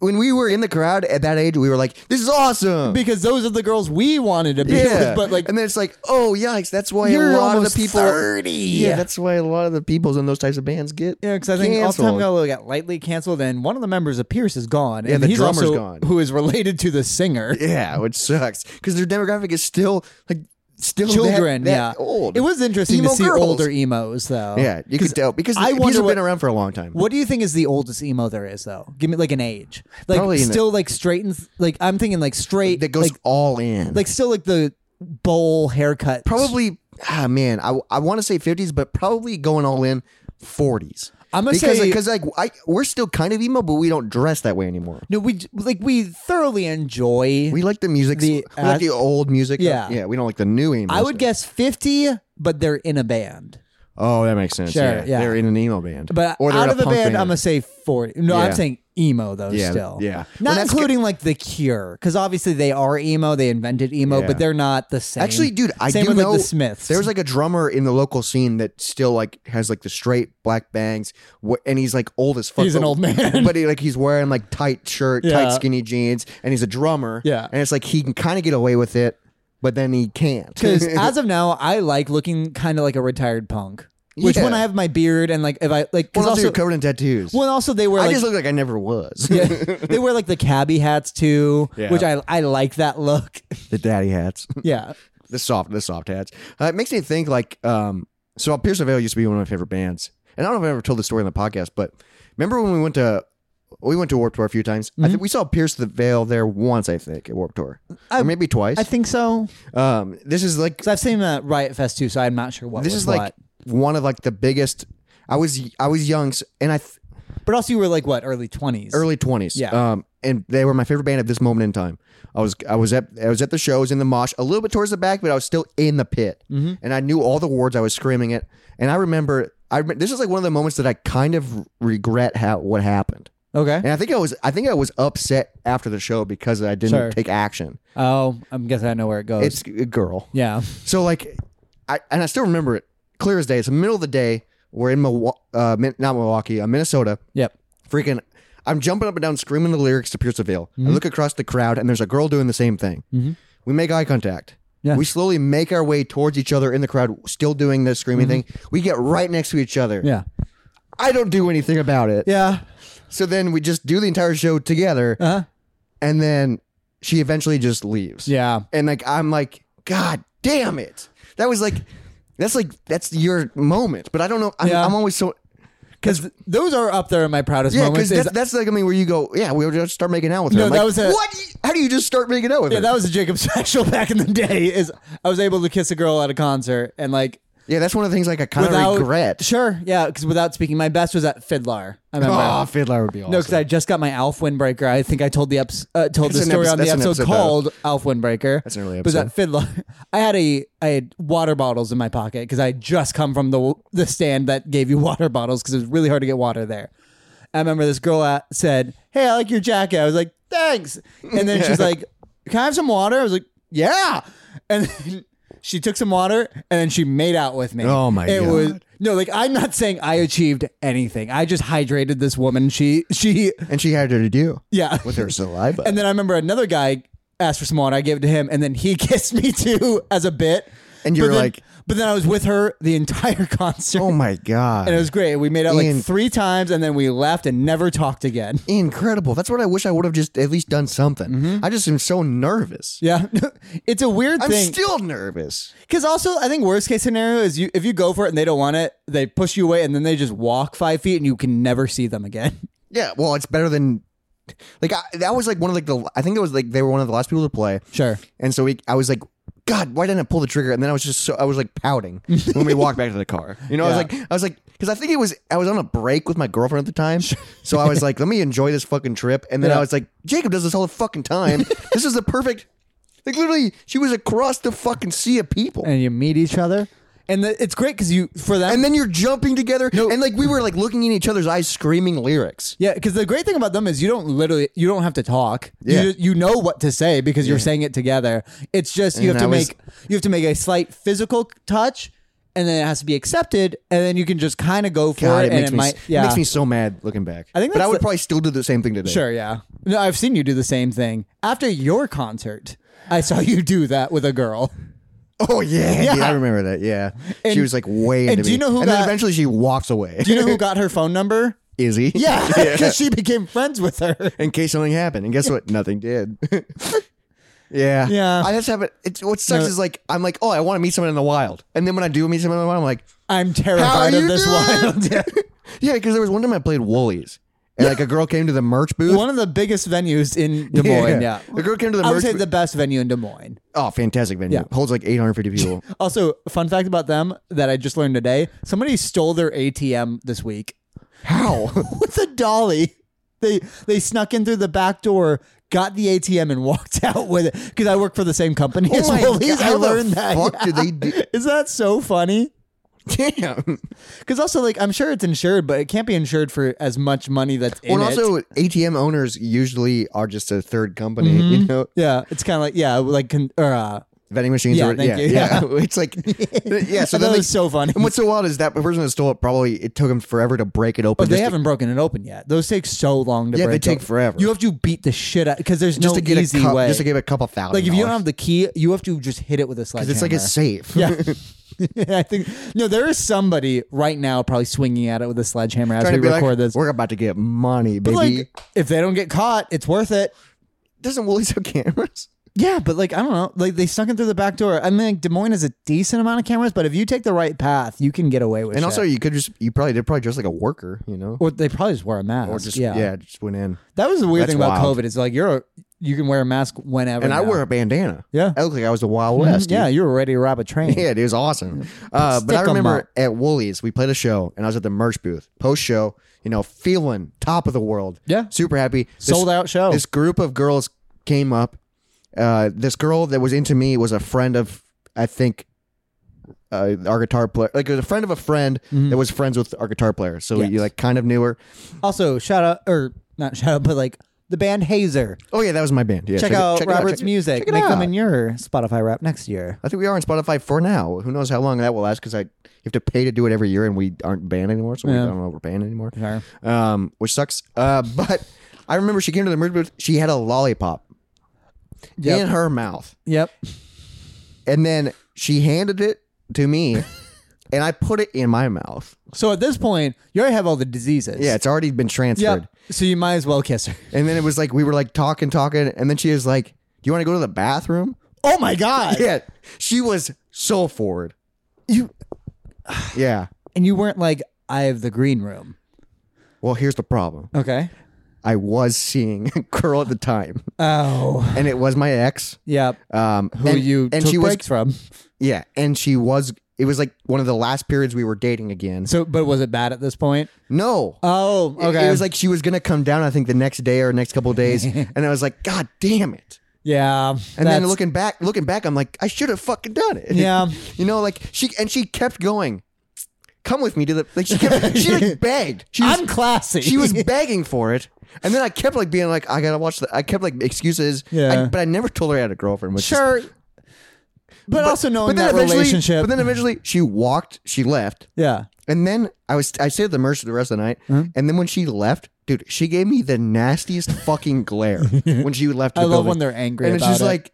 when we were in the crowd at that age, we were like, "This is awesome."
because those are the girls we wanted to be
[laughs] yeah,
with. But like, [laughs]
and then it's like, oh yikes! That's why
You're
a lot of
almost
the people.
30.
Yeah,
Yeah.
that's why a lot of the peoples in those types of bands get.
Yeah, because I think all time
canceled.
Gallo got lightly canceled, and one of the members of Pierce is gone.
Yeah,
and
the
he's
drummer's
also-
gone.
who is related to the singer.
Yeah, which sucks because their demographic is still like still that-
Children,
that
yeah,
old.
It was interesting
Emo
to see
girls.
older emos, though.
Yeah, you could tell because
I
e I these
wonder
have
what-
been around for a long time.
What do you think is the oldest emo there is, though? Give me like an age, like
Probably in the-
still like straight and like I'm thinking like straight
that goes
like,
all in.
like still like the bowl haircut,
probably, ah man, I, I want to say fifties, but probably going all in forties.
I'm gonna
because
say-
because like I we're still kind of emo, but we don't dress that way anymore.
No, we like we thoroughly enjoy.
We like the music.
The-
we like the old music.
Yeah.
yeah. We don't like the new emo.
I would
stuff.
guess fifty, but they're in a band.
Oh, that makes sense.
Sure,
yeah.
yeah.
they're in an emo band.
But
or they're
out
in a
of the
punk
band, I'm gonna say forty. No,
Yeah.
I'm saying emo though.
Yeah,
still,
yeah. Well,
not
that's
including like the Cure, because obviously they are emo. They invented emo,
Yeah.
but they're not the same.
Actually, dude, I
same
do
with
know
like the Smiths.
There's like a drummer in the local scene that still like has like the straight black bangs, wh- and he's like old as fuck.
He's an
but-
old man.
[laughs] but he, like he's wearing like tight shirt, tight
Yeah.
skinny jeans, and he's a drummer.
Yeah.
and it's like he can kind of get away with it, but then he can't. [laughs]
because as of now, I like looking kind of like a retired punk. Which
Yeah.
when I have my beard and like if I like,
well,
because
also
also
you're covered in tattoos.
well, also they wear
I
like
just look like I never was.
[laughs]
[laughs]
yeah, they wear like the cabbie hats too,
Yeah.
which I I like that look. [laughs]
the daddy hats,
yeah,
the soft, the soft hats. Uh, it makes me think like um. So Pierce the Veil used to be one of my favorite bands, and I don't know if I ever told this story on the podcast, but remember when we went to we went to Warped Tour a few times. I think we saw Pierce the Veil there once. I think at Warped Tour, or maybe twice.
Mm-hmm. I think so.
um, this is like
So I've seen that Riot Fest too, so I'm not sure what
this
was
is like
what.
one of like the biggest. I was I was young, s- and I th-
But also, you were like what early twenties,
early twenties.
Yeah.
Um, and they were my favorite band at this moment in time. I was I was at I was at the show. I was in the mosh, a little bit towards the back, but I was still in the pit,
Mm-hmm.
and I knew all the words. I was screaming it, and I remember. I rem- this is like one of the moments that I kind of regret how what happened.
Okay.
And I think I was I think I was upset after the show because I didn't
Sure.
take action.
Oh, I'm guessing I know where it goes.
It's a girl.
yeah.
So like, I and I still remember it clear as day. It's the middle of the day. We're in Milwa- uh, Min- not Milwaukee, uh, Minnesota.
Yep.
Freaking, I'm jumping up and down, screaming the
Mm-hmm.
lyrics to Pierce the Veil. I look across the crowd, and there's a girl doing the same thing. We make eye contact.
Yeah.
We slowly make our way towards each other in the crowd, still doing the screaming thing. We get right next to each other.
Mm-hmm. Yeah.
I don't do anything about it.
Yeah.
So then we just do the entire show together,
Uh-huh.
and then she eventually just leaves.
Yeah.
And like I'm like, God damn it! That was like, that's like that's your moment. But I don't know. I'm,
Yeah.
I'm always so
Because those are up there in my proudest
yeah.
moments.
Because that's,
is-
that's like I mean, where you go, yeah, we'll just start making out with her.
No,
I'm
that
like,
was a-
what? How do you just start making out with
yeah,
her?
that was a Jacob [laughs] special back in the day. Is I was able to kiss a girl at a concert and like
yeah, that's one of the things like I kind
without
of regret.
Sure, yeah, because without speaking, my best was at Fiddler. I remember.
Oh, Fiddler would be awesome.
No, because I just got my Alf Windbreaker. I think I told the eps- uh, told
That's
the
an
story
epi-
on the
that's an
episode,
episode,
called Alf Windbreaker.
That's an early
Was that
episode.
Fiddler? I had a I had water bottles in my pocket because I had just come from the the stand that gave you [laughs] water bottles because it was really hard to get water there. I remember this girl at, said, "Hey, I like your jacket." I was like, "Thanks," and then
[laughs]
she's like, "Can I have some water?" I was like, "Yeah," and. Then, [laughs] she took some water and then she made out with me.
Oh my
it
God.
was no, like I'm not saying I achieved anything. I just hydrated this woman. She she
and she had her to do
yeah.
with her saliva.
[laughs] And then I remember another guy asked for some water. I gave it to him, and then he [laughs] kissed me too as a bit.
And you
But
were
then-
like-
but then I was with her the entire [laughs] concert,
oh my god,
and it was great. We made out like
Ian-
three times, and then we left and never talked again.
incredible. That's what I wish I would have just at least done something.
Mm-hmm.
I just am so nervous.
Yeah, [laughs] it's a weird
I'm
thing.
still nervous.
Because also, I think worst case scenario is you if you go for it and they don't want it, they push you away and then they just walk five feet and you can never see them again. [laughs]
Yeah, well, it's better than like I, that was like one of like the I think it was like they were one of the last people to play,
Sure.
and so we I was like, God, why didn't I pull the trigger? And then I was just so I was
[laughs]
like pouting when we walked back to the car. You know, I was like I was like because I think it was I was on a break with my girlfriend at the time, so I was like, let me enjoy this fucking trip, and then
Yeah.
I was like, Jacob does this all the
[laughs]
fucking time. this is the perfect. Like literally, she was across the fucking sea of people.
And you meet each other, and the, it's great because you for them.
and then you're jumping together and like we were like looking in each other's eyes screaming lyrics
yeah, because the great thing about them is you don't literally you don't have to talk.
Yeah.
You, you know what to say because you're saying it together. It's just you
And
have to
I was-
make you have to make a slight physical touch, and then it has to be accepted, and then you can just kind of go for
god
it,
it,
and
makes
it
me
might yeah
it makes me so mad looking back
I think
but i
that's
would
the-
probably still do the same thing today
Sure, yeah. No, I've seen you do the same thing after your concert. I saw you do that with a girl.
[laughs] oh yeah,
Yeah.
dude, i remember that yeah
And-
she was like way
and
into
do you
me.
know who
and then
got-
eventually she walks away
Do you know [laughs] who got her phone number?
[laughs] izzy
[laughs] Yeah, because she became friends with her.
in case something happened and guess what nothing did [laughs] yeah
Yeah.
i just have it it's, what sucks
No.
is like i'm like oh i want to meet someone in the wild and then when i do meet someone in the wild i'm like
I'm
How
terrified
you
of this
doing?
wild.
[laughs] yeah because there was one time i played woolies and like a girl came to the merch booth
[laughs]
[laughs]
One of the biggest venues in Des Moines. Yeah,
The girl came to the
I would
merch
say
booth-
the best venue in Des Moines.
Oh, fantastic venue.
Yeah.
Holds like 850
[laughs]
people.
Also, fun fact about them that I just learned today: somebody stole their ATM this week
[laughs] How?
[laughs] with a dolly. They they snuck in through the back door, got the ATM, and [laughs] walked out with it. Because I work for the same company as
Oh my
Woolies.
God,
I
how the [laughs]
learned that.
fuck did
[laughs]
they do-
Is that so funny?
Damn.
Because also, like, I'm sure it's insured, but it can't be insured for as much money that's in
Well, and
it.
also, ATM owners usually are just a third company,
Mm-hmm.
you know?
Yeah, it's kind of like yeah, like con- or uh,
Vending machines.
Yeah,
or,
thank
yeah,
you.
yeah. [laughs] It's like,
[laughs]
yeah. So
I thought
then
it
they,
was so funny.
And what's so wild is that person that stole it probably, it took them forever to break it open.
But [laughs] they
just to-
haven't broken it open yet. Those take so long to
Yeah, they
break.
take
open.
forever.
You have to beat the shit out because there's
just
no
to get
easy
a cup,
way.
Just to get a couple thousand.
like if you don't have
dollars.
the key, you have to just hit it with a sledgehammer.
It's like a safe.
yeah. [laughs] I think no, there is somebody right now probably swinging at it with a sledgehammer as
Trying
we
to be like,
record this.
We're about to get money,
But,
baby.
like, if they don't get caught, it's worth it.
Doesn't Woolies have cameras?
Yeah, but like I don't know, like they snuck in through the back door. I mean, like, Des Moines has a decent amount of cameras, but if you take the right path, you can get away with.
And
shit.
also, you could just, you probably did probably dress like a worker, you know?
or they probably just wear a mask.
Or just,
yeah.
yeah, just went in.
that was the weird
That's
thing about
wild.
COVID. Is like you're a, you can wear a mask whenever.
and I
now.
wore a bandana.
Yeah. Mm-hmm.
I looked like I was the Wild West.
Yeah, you were ready to rob a [laughs] train.
dude. yeah, it was awesome. Uh, but
stick
I
'em
remember
up.
at Woolies, we played a show, and I was at the merch booth post show. You know, feeling top of the world.
Yeah.
super happy. This-
Sold out show.
This group of girls came up. Uh, this girl that was into me was a friend of, I think. Uh, our guitar player, like it was a friend of a friend that was friends with our guitar player, so
Mm-hmm. Yes.
you like kind of knew her.
Also, shout out or not shout out, but like the band Hazer.
Oh yeah, that was my band. Yeah,
Check,
it-
out
it
Robert's
check it-
music.
check it
Make them
out.
in your Spotify rap next year.
I think we are on Spotify for now. Who knows how long that will last? Because I you have to pay to do it every year, and we aren't banned anymore, so we
Yeah.
don't know if we're banned anymore.
Sure.
Um, which sucks. Uh, [laughs] but I remember she came to the merch booth. She had a lollipop
Yep.
in her mouth,
Yep.
And then she handed it to
[laughs]
me, and I put it in my mouth.
So at this point, you already have all the diseases.
Yeah, it's already been transferred.
Yep. So you might as well kiss
[laughs]
her.
And then it was like we were like talking, talking, and then she was like, "Do you want to go to the bathroom?"
Oh my god.
Yeah, she was so forward.
You
Yeah.
[laughs] and you weren't like I have the green room.
Well, here's the problem.
Okay.
I was seeing [laughs] a girl at the time,
Oh.
and it was my ex.
Yep.
Um,
Who
and-
you
and
took
she
breaks from?
was yeah, and she was. It was like one of the last periods we were dating again.
So, but was it bad at this point?
No,
Oh,
It- It, was like she was gonna come down. I think the next day or next couple
[laughs]
of days, and I was like, God damn it!
yeah.
And
that's-
then looking back, looking back, I'm like, I should have fucking done it.
Yeah.
[laughs] you know, like she and she kept going. Come with me to the like she kept she
[laughs]
like begged. She was,
I'm classy. [laughs]
she was begging for it, and then I kept like being like, I gotta watch the. I kept like excuses.
Yeah.
I, but I never told her I had a girlfriend. Which is
sure, but, also knowing that
eventually-
relationship.
But then eventually she walked, she left,
yeah.
and then I was I stayed at the Mercer the rest of the night.
Mm-hmm.
And then when she left, dude, she gave me the nastiest
[laughs]
fucking glare when she left. The
I love
building.
when they're angry
And
about
she's
it.
like,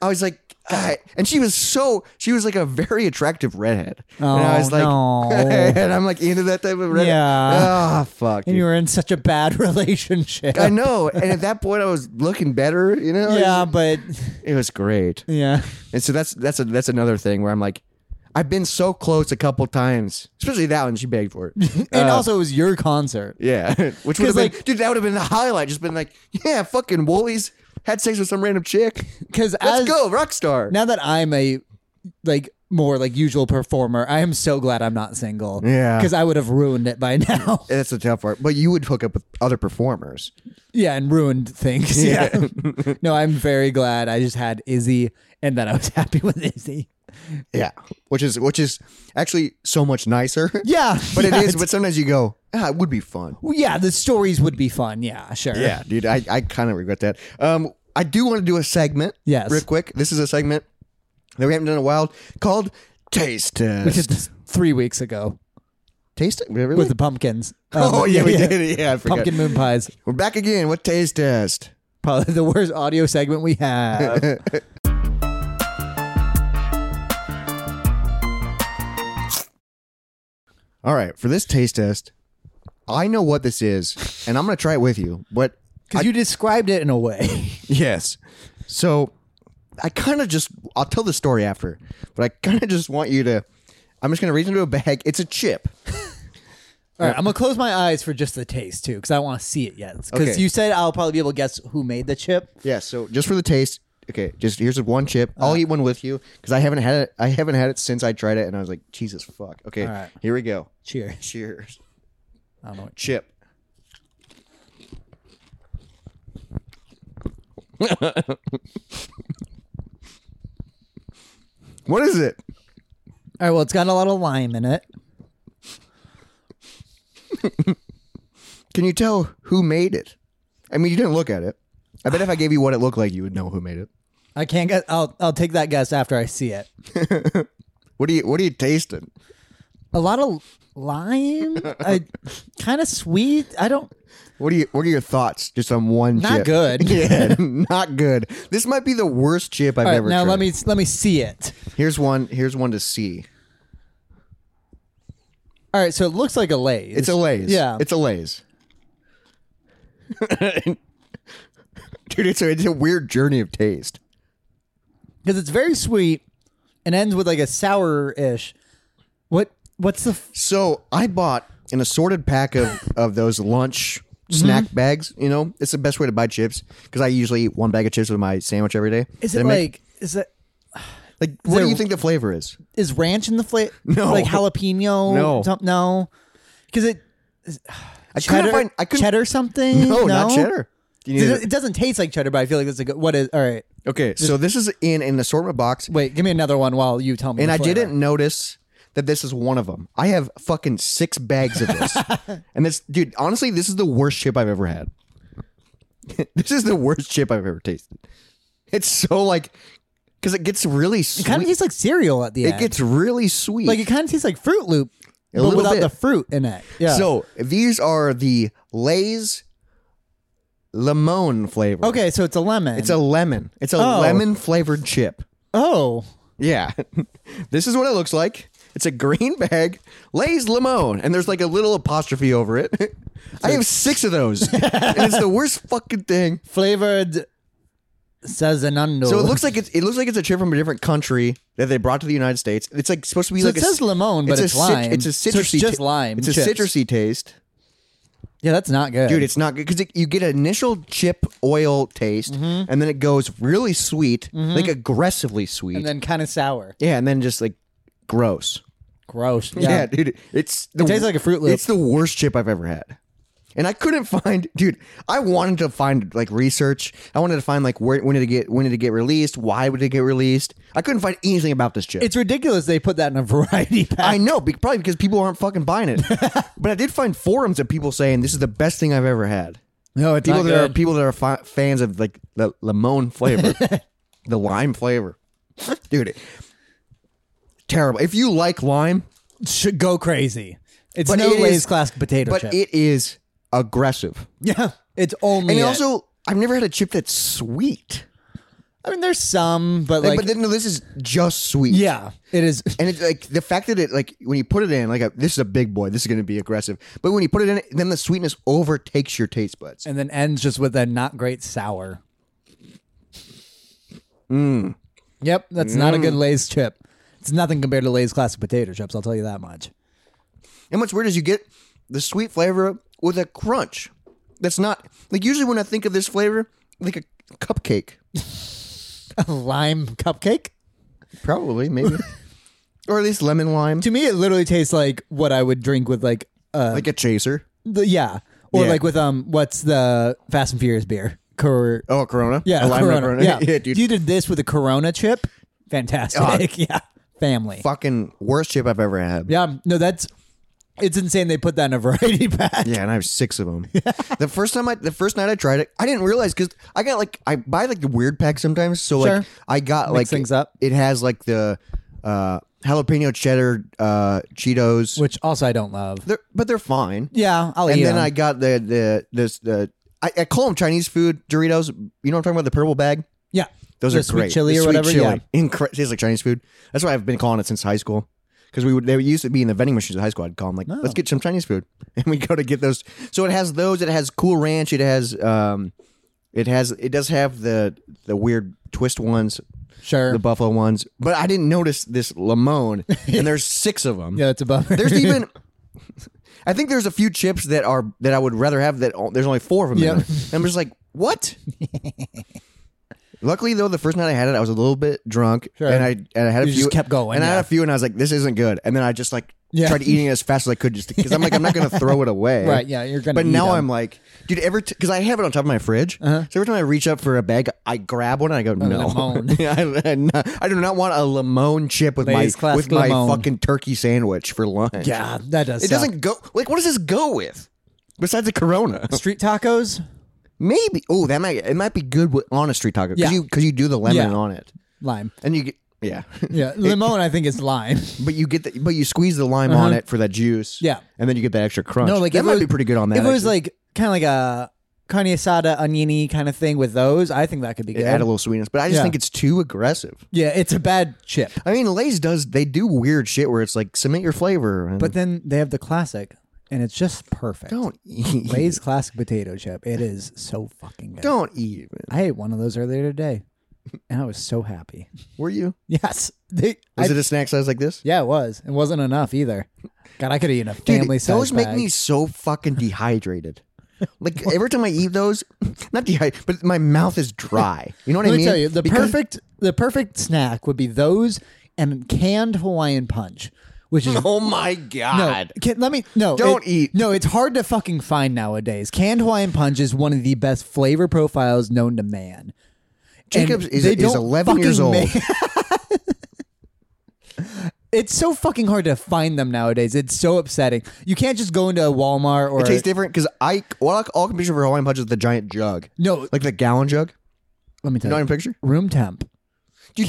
I was like. "Ah," and she was so she was like a very attractive redhead, and I
Oh,
was like,
no.
[laughs] and I'm like into that type of redhead.
Yeah.
Ah, fuck.
And
dude.
you were in such a bad [laughs] relationship. [laughs]
I know. And at that point, I was looking better. You know.
Yeah, but [laughs]
It was great.
yeah.
And so that's that's a, that's another thing where I'm like, I've been so close a couple times, especially that one. She begged for it.
[laughs]
Uh,
And also, it was your concert.
yeah, [laughs] which would have been,
like-
dude, that would have been the highlight. Just been like, yeah, fucking Woolies had sex with some random chick.
Because
Let's
as
go, rock star.
now that I'm a like more like usual performer, I am so glad I'm not single.
Yeah.
Because I would have ruined it by [laughs] now.
that's the tough part. But you would hook up with other performers.
Yeah, and ruined things. Yeah. no, I'm very glad I just had Izzy and that I was [laughs] happy with Izzy.
Yeah, which is which is actually so much nicer.
[laughs] Yeah.
but
yeah,
it is. But sometimes you go, ah, it would be fun.
Well, yeah, the stories would be fun. Yeah, sure.
Yeah, dude, I, I kind of regret that. Um, I do want to do a segment.
Yes.
Real quick. This is a segment that we haven't done in a while called Taste Test.
Which is th- three weeks ago
Taste Test? Really?
with the pumpkins. Um,
[laughs] oh, [laughs] yeah, we did. Yeah, I forgot.
Pumpkin moon pies.
We're back again with Taste Test.
Probably the worst audio segment we
[laughs]
have.
All right, for this taste test, I know what this is, and I'm going to try it with you, but
Because you described it in a way.
Yes. So I kind of just I'll tell the story after, but I kind of just want you to I'm just going to reach into a bag. It's a chip.
All right, I'm gonna close my eyes for just the taste too, because I want to see it yet. Because
Okay.
you said I'll probably be able to guess who made the chip.
Yeah, so just for the taste, okay, just here's one chip. I'll
Uh-huh.
eat one with you cuz I haven't had it I haven't had it since I tried it and I was like, "Jesus fuck." Okay.
All right.
Here we go.
Cheers.
Cheers.
I don't know. What
Chip. [laughs] what is it?
All right, well, it's got a lot of lime in it.
Can you tell who made it? I mean, you didn't look at it. I bet if I gave you what it looked like, you would know who made it.
I can't guess. I'll I'll take that guess after I see it.
What do you What are you tasting?
A lot of lime, I [laughs] kind of sweet. I don't.
What are you What are your thoughts just on one?
Not
chip?
good.
[laughs] yeah, not good. This might be the worst chip I've
All right,
ever.
now
tried.
let me let me see it.
Here's one. Here's one to see.
All right, so it looks like a Lay's.
It's a Lay's.
Yeah,
it's a Lay's. [laughs] Dude, it's a, it's a weird journey of taste.
because it's very sweet and ends with like a sour ish. What what's the f-
So I bought an assorted pack of, of those lunch
Mm-hmm.
snack bags. You know, it's the best way to buy chips because I usually eat one bag of chips with my sandwich every day.
is
That
it
I make-
like? Is it
like what
there-
do you think the flavor is?
is ranch in the [laughs] flavor?
No.
like jalapeno.
No.
some- no, because it
I
cheddar.
couldn't find. I couldn't.
cheddar something.
No, not cheddar. You need
It,
to-
doesn't- it doesn't taste like cheddar, but I feel like it's a good. What is all right?
okay, so this is in an assortment box,
Wait, give me another one while you tell me.
and
the
I
flavor.
didn't notice that this is one of them. I have fucking six bags
[laughs]
of this, and this, dude. Honestly, this is the worst chip I've ever had. [laughs] this is the worst chip I've ever tasted. It's so like, because it gets really sweet.
Kind of tastes like cereal at the
It
end.
gets really sweet.
like it kind of tastes like Fruit Loop, but
little
without
bit.
the fruit in it. Yeah.
So these are the Lay's lemon flavor.
okay, so it's a lemon.
It's a lemon. It's a
Oh.
lemon flavored chip.
oh
Yeah. [laughs] this is what it looks like. It's a green bag, Lay's Limon, and there's like a little apostrophe over it. [laughs] I have six of those,
[laughs]
and it's the worst fucking thing.
Flavored Sazenando.
So it looks like it's it looks like it's a chip from a different country that they brought to the United States. It's like supposed to be
So
like
it
a,
says lemon, but
a
it's
cit-
lime.
It's a
So
citrusy.
it's just
ta-
lime
It's a
chips.
citrusy taste,
yeah, that's not good.
dude. It's not good because you get an initial chip oil taste,
Mm-hmm.
and then it goes really sweet, like aggressively sweet.
and then kind of sour.
yeah, and then just like gross.
Gross.
Yeah,
Yeah.
dude. It's the, it
tastes like a Fruit Loop.
It's the worst chip I've ever had. And I couldn't find, dude. I wanted to find like research. I wanted to find like where when did it get when did it get released? Why would it get released? I couldn't find anything about this chip.
It's ridiculous they put that in a [laughs] variety pack.
I know, be- probably because people aren't fucking
[laughs]
buying it. but I did find forums of people saying this is the best thing I've ever had.
no, it's
People
not
that are
good.
people that are fi- fans of like the
[laughs]
lemon flavor, the lime flavor, dude. Terrible. If you like lime,
should go crazy. It's
But
no
it
Lay's
is-
classic potato
but
chip.
it is aggressive.
[laughs] yeah, it's only.
And
it.
also, I've never had a chip that's sweet.
I mean, there's some, but like,
but then, no, this is just sweet.
yeah, it is. [laughs]
And it's like the fact that it, like, when you put it in, like, a, this is a big boy. This is going to be aggressive. But when you put it in, then the sweetness overtakes your taste buds.
And then ends just with a not great sour. Mm. Yep, that's not a good Lay's chip. It's nothing compared to Lay's classic potato chips. I'll tell you that much. [laughs]
And what's weird is you get the sweet flavor with a crunch. That's not, like, usually when I think of this flavor, like a cupcake.
Lime cupcake. [laughs]
Probably, maybe. or at least lemon lime.
To me, it literally tastes like what I would drink with like, uh,
Like a chaser.
the, yeah, or
Yeah.
like with um, what's the Fast and Furious beer? Cor-
Oh, a Corona?
Yeah,
A lime
Corona.
[laughs] Corona.
Yeah.
dude. Ah.
You did this with a Corona chip. Fantastic. [laughs] yeah, family.
Fucking worst chip I've ever had.
Yeah, no, that's it's insane. They put that in a [laughs] variety pack.
Yeah, and I have six of them. the first time I, the first night I tried it, I didn't realize because I got like I buy like the weird pack sometimes. So
Sure.
like I got like
things up.
It has like the uh, jalapeno cheddar uh, Cheetos,
which also I don't love.
they're, but they're fine.
Yeah, I'll
and
eat
then
them.
I got the the this the I, I call them Chinese food Doritos. You know what I'm talking about? The purple bag.
yeah,
Those
The
are
sweet
great.
chili
The
or
sweet
whatever,
Chili.
yeah.
Incre- tastes like Chinese food. That's why I've been calling it since high school. Because we would, they used to be in the vending machines at high school. I'd call them like,
Oh.
let's get some Chinese food, [laughs] and we go to get those. So it has those. It has Cool Ranch. It has, um, it has, it does have the the weird twist ones,
sure.
the buffalo ones. But I didn't notice this lemon, and there's six of them.
[laughs] yeah, it's a bummer.
There's
[laughs]
even, I think there's a few chips that are that I would rather have that o- there's only four of them. in
Yeah.
it. And I'm just like, what? Luckily though, the first night I had it, I was a little bit drunk,
Sure.
and I and I had a
You
few
just kept going,
and I had
yeah.
a few, and I was like, this isn't good. And then I just like
Yeah.
tried eating it as fast as I could, just because I'm like, I'm not gonna throw
[laughs]
it away,
Right, yeah, you're gonna
But
eat
now
them. Uh-huh.
I'm like, dude, every because I have it on top of my fridge, so every time I reach up for a bag, I grab one and I go, no, [laughs]
lemon.
I, I no- I do not want a lemon chip with
Lay's
my
classic
with my
lemon.
fucking turkey sandwich for lunch.
yeah, that does.
It
suck.
doesn't go like what does this go with? Besides
[laughs]
the Corona,
street tacos,
maybe. Oh, that might it might be good with, on a street taco because
Yeah.
you because you do the lemon
Yeah.
on it
lime.
and you get yeah, [laughs]
Yeah, limon. I think is lime. [laughs]
but you get the, but you squeeze the lime on it for that juice.
Uh-huh. Yeah.
and then you get that extra crunch.
No, like,
that
if it
might
was-
be pretty good on that.
if it was
actually.
like kind of like a carne asada, oniony kind of thing with those, I think that could be good.
It add a little sweetness, but I just
Yeah.
think it's too aggressive.
yeah, it's a bad chip,
I mean, Lay's does they do weird shit where it's like cement your flavor, and
but then they have the classic, and it's just perfect.
[laughs] don't eat,
Lay's classic potato chip. It is so fucking good.
don't eat. man.
I ate one of those earlier today, and I was so happy. [laughs]
Were you?
Yes, they, I,
Was it a snack size like this?
yeah, it was. It wasn't enough either. God, I could have eaten a
Dude,
family size.
those make
bag.
me so
[laughs]
fucking dehydrated. Like every time I eat those, [laughs] not dehydrated, but my mouth is dry. You know what
Let
I
me
mean?
tell you, the
Because-
perfect the perfect snack would be those and canned Hawaiian punch, which is
[laughs] Oh my
no.
god!
Can, let me no.
Don't
it-
eat.
No, it's hard to fucking find nowadays. Canned Hawaiian punch is one of the best flavor profiles known to man. And
Jacobs is,
they
is
don't
eleven years old.
fucking ma- [laughs] it's so fucking hard to find them nowadays. It's so upsetting. You can't just go into a Walmart or
It tastes different because I all, I- all I can picture for Hawaiian punch is the giant jug,
no.
like the gallon jug.
Let me
You
tell
know what
you,
I'm picture?
room temp.
Dude,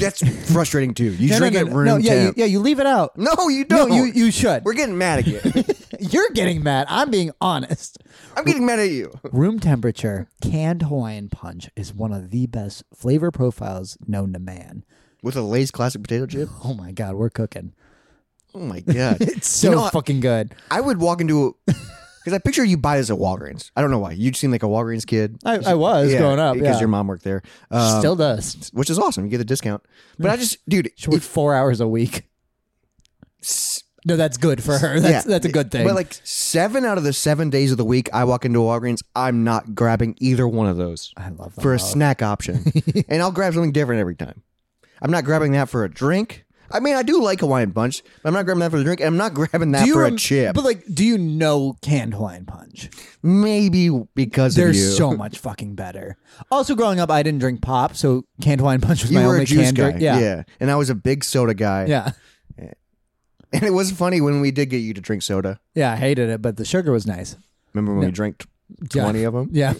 [laughs]
that's frustrating too. You
No,
drink
no,
it
no,
room
no, yeah,
temp.
You, yeah. You leave it out.
no, you don't.
No, you you should.
We're getting mad at you.
[laughs] You're getting mad. I'm being honest.
I'm getting mad at you.
Room temperature canned Hawaiian punch is one of the best flavor profiles known to man.
with a Lay's classic potato chip.
Oh my god, we're cooking.
Oh my god,
[laughs] It's so
You know,
fucking good.
I would walk into because I picture you buy this at Walgreens. I don't know why you seem like a Walgreens kid.
I, I was growing up.
because
Yeah.
your mom worked there, um,
Still does.
which is awesome. You get the discount, but I just, dude,
She worked four hours a week. [laughs] No, that's good for her. [laughs] That's
Yeah.
that's a good thing.
But like seven out of the seven days of the week, I walk into Walgreens. I'm not grabbing either one of those
I love that.
for a snack option, and I'll grab something different every time. I'm not grabbing that for a drink. I mean, I do like Hawaiian Punch, but I'm not grabbing that for the drink, and I'm not [laughs] grabbing that for
rem-
a chip.
But like, do you know canned Hawaiian punch?
Maybe because
They're
of you.
so much fucking better. Also, growing up, I didn't drink pop, so canned Hawaiian punch was
you
my
were
only
a juice
canned
guy,
drink. Yeah. yeah,
and I was a big soda guy.
yeah,
and it was funny when we did get you to drink soda.
I hated it, but the sugar was nice.
Remember when we drank
Yeah.
twenty of them? [laughs]
Yeah,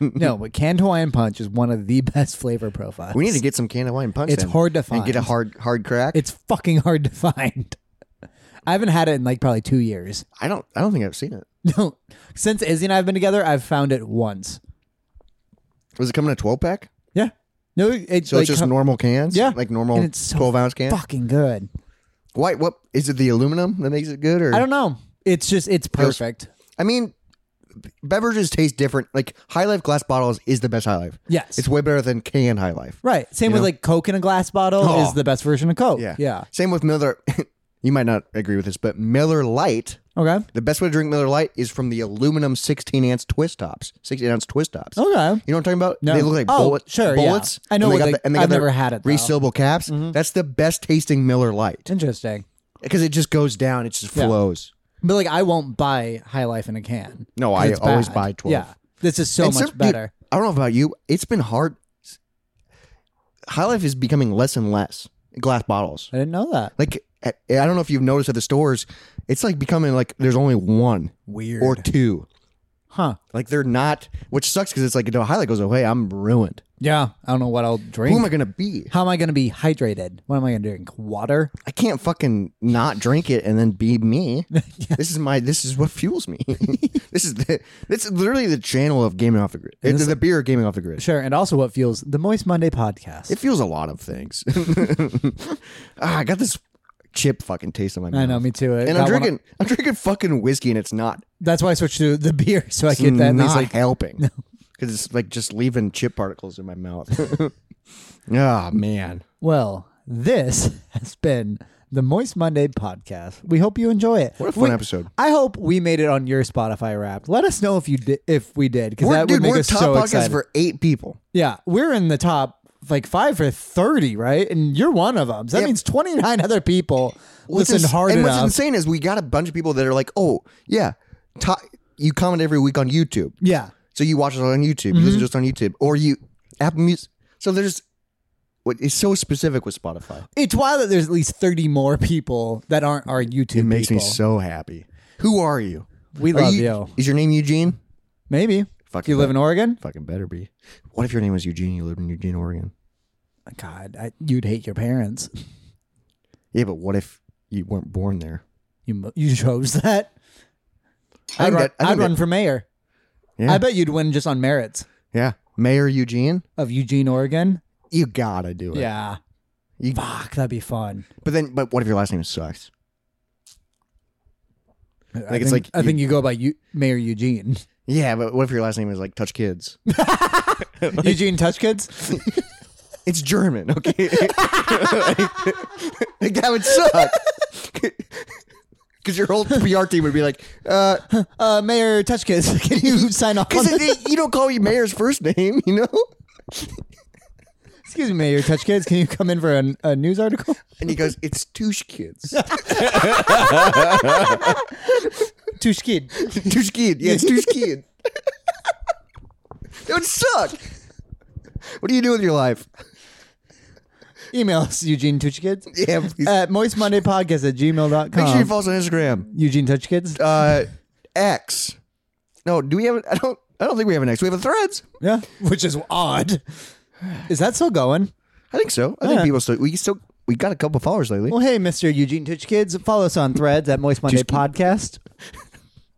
no, but canned Hawaiian punch is one of the [laughs] best flavor profiles.
We need to get some canned Hawaiian Punch.
It's
then,
hard to
and get a
find.
hard hard crack.
It's fucking hard to find. I haven't had it in like probably two years. [laughs]
I don't. I don't think I've seen it.
No, since Izzy and I have been together, I've found it once.
Was it coming in a 12 pack?
Yeah, no, it's
So
like
it's just normal cans?
Yeah.
Like normal
And it's so
12 ounce cans?
fucking good.
Why? What? Is it the aluminum that makes it good? Or
I don't know. It's just it's perfect.
I mean, b- beverages taste different. Like High Life glass bottles is the best High Life.
Yes.
It's way better than canned High Life.
Right. Same
You
with
know?
like Coke in a glass bottle
Oh.
is the best version of Coke.
Yeah.
Yeah.
Same with Miller. [laughs] you might not agree with this, but Miller Light.
Okay.
The best way to drink Miller Light is from the aluminum 16 ounce twist tops, 16 ounce twist tops.
Okay.
You know what I'm talking about?
Oh. No.
They look like
Oh,
bullet,
sure, yeah.
bullets.
I know
And they
what
got
they-
the, and they got
I've
the
never had it, though. Mm-hmm.
Resealable caps. That's the best tasting Miller Light.
Interesting.
because it just goes down. It just
Yeah.
flows.
But like I won't buy High Life in a can.
No,
'Cause
I
it's
always
bad.
buy 12.
Yeah. This is so
And
much
some- dude,
better.
I don't know about you. It's been hard. High Life is becoming less and less glass bottles.
I didn't know that.
Like I I don't know if you've noticed at the stores, it's like becoming like there's only one
Weird.
or two.
huh.
Like they're not, which sucks because it's like no High Life goes away. I'm ruined.
Yeah. I don't know what I'll drink.
Who am I gonna be?
How am I going to be hydrated? What am I going to drink? Water?
I can't fucking not drink it and then
[laughs]
be me. This is my. This is what fuels me. [laughs] this is the. This is literally the channel of gaming off the grid. It's the beer of gaming off the grid.
Sure. And also what fuels the Moist Monday podcast.
It feels a lot of things. [laughs] ah, I got this chip fucking taste in my mouth.
I know, me too. I got
And I'm
one-
drinking I'm drinking fucking whiskey and it's not
That's why I switched to the [laughs] beer so I
it's
could at least
not
like
helping. Cuz it's like just leaving chip particles in my mouth. [laughs] oh man.
Well, this [laughs] has been the Moist Monday podcast. We hope you enjoy it.
What a fun
We-
episode.
I hope we made it on your Spotify Wrapped. Let us know if you did, if we did, because
We're,
that
dude,
would make
we're
us
top
so
podcast
excited.
for 8 people.
yeah, we're in the top like five for thirty, right? And you're one of them. So that
Yeah.
means twenty nine other people listen
ins-
hard
and what's
enough.
insane is we got a bunch of people that are like, "Oh, yeah, top, you comment every week on YouTube."
yeah,
So you watch it on YouTube. You listen to us on YouTube or you Apple Music. So there's what is so specific with Spotify.
it's wild that there's at least thirty more people that aren't our YouTube.
It makes
people.
me so happy. Who are you?
We
Are
love you.
Is your name Eugene?
Maybe.
Fuck
Do you live in Oregon?
Fucking better be. What if your name was Eugene? You lived in Eugene, Oregon.
God, I, you'd hate your parents.
Yeah, but what if you weren't born there?
You mo- you chose that. I'd,
I
run,
think that- I think
I'd run
that-
for mayor.
Yeah.
I bet you'd win just on merits
Yeah, Mayor Eugene.
of Eugene, Oregon.
You gotta do it.
Yeah.
You-
Fuck, that'd be fun.
But then, but what if your last name sucks?
I think,
it's like
I
you-
think you go by Eu- Mayor
[laughs]
Eugene.
Yeah, but what if your last name is like Touch Kids?
Eugene Touchkids.
it's German, okay? [laughs] like, that would suck. [laughs] Because your whole PR team would be like, uh,
Uh, Mayor Touchkids, [laughs] can
[laughs]
you sign off? On
because
this?
you don't call me Mayor's first name, you know?
Excuse me, Mayor Touchkids, can you come in for an, a news
[laughs]
article?
And he goes, it's Touche [laughs] Kids.
Touchkid.
Touche kid. Yeah, it's touche kid. that would suck. What do you do with your life?
Email us, Eugene Touchkids.
[laughs] Yeah, please. Um,
At moistmondaypodcast at gmail.com.
Make Uh, sure you follow us on Instagram.
Eugene Touchkids.
Uh, X. No, do we have? I don't. I don't think we have an X. We have a Threads.
yeah. Which is odd. Is that still going?
I think so. I think
Yeah.
people still. We still. We got a couple followers lately.
Well, hey, Mr. Eugene Titch Kids, follow us on threads at Moist Monday Podcast.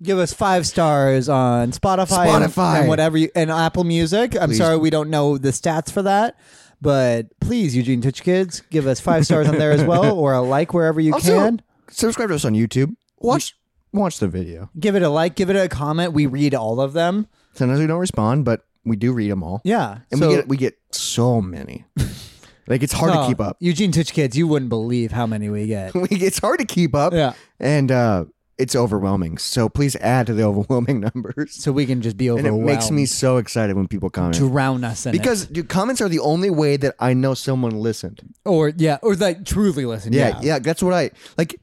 Give us five stars on Spotify, and-
Spotify.
And, whatever you, and Apple Music. I'm sorry we don't know the stats for that, But please, Eugene Twitch Kids, give us five stars on there as well, or a like wherever you
Also,
can.
subscribe to us on YouTube. Watch watch the video.
Give it a like, give it a comment. We read all of them.
Sometimes we don't respond, but we do read them all.
Yeah.
and
so-
we get we get
[laughs]
so many. like it's hard
Oh,
to keep up. [laughs]
Eugene Twitch Kids, you wouldn't believe how many we get.
We, it's hard to keep up.
Yeah.
and uh, it's overwhelming. So please add to the [laughs] overwhelming numbers.
So we can just be
And it
overwhelmed.
makes me so excited when people comment
drown us in it.
because dude, comments are the only way that I know someone listened.
or yeah, or like truly listen.
Yeah, yeah, that's what I like.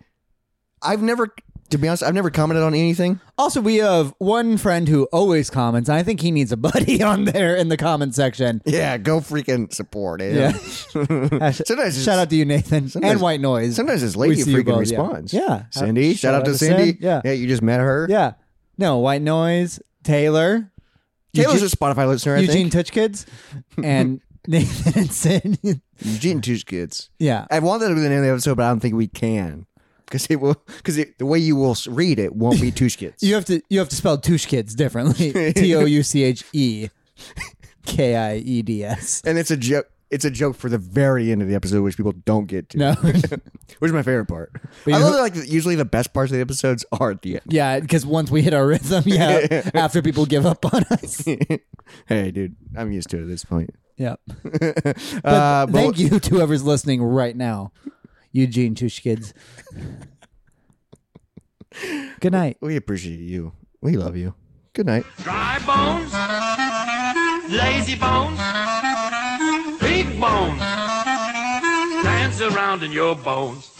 I've never, to be honest, I've never commented on anything.
Also, we have one friend who always comments. And I think he needs a buddy [laughs] on there in the comment section.
Yeah, go freaking support it.
Yeah.
[laughs]
[laughs]
sometimes it's,
Shout out to you, Nathan, and
Sometimes-
White Noise.
sometimes it's lady
We see you
freaking
both, yeah.
responds.
Yeah. Uh,
Cindy. Shout, out, to Cindy.
Sin, yeah.
yeah, you just met her.
yeah. No, White Noise, Taylor,
Taylor's
Eugene-
a Spotify listener. I
Eugene
think.
Touch Kids,
[laughs]
and Nathan and Sin.
Eugene Tush kids.
yeah.
I wanted that to be the name of the episode, but I don't think we can because it will because the way you will s- read it won't
[laughs]
be Tush kids.
You have to you have to spell Touche Kids
[laughs]
differently. T O U C H E K I E D S.
and it's a joke. It's a joke for the very end of the episode, which people don't get to.
No.
[laughs] which is my favorite part.
But
I
you
love
know-
that, like usually the best parts of the episodes are at the end.
Yeah, because once we hit our rhythm,
[laughs]
yeah, after people give up on us.
hey, dude, I'm used to it at this point.
Yeah.
[laughs] Uh, but
Thank you to whoever's listening right now. Eugene Touche
[laughs]
Kids. Good night.
We appreciate you. We love you. Good night.
Dry bones, lazy bones, big bones, dance around in your bones.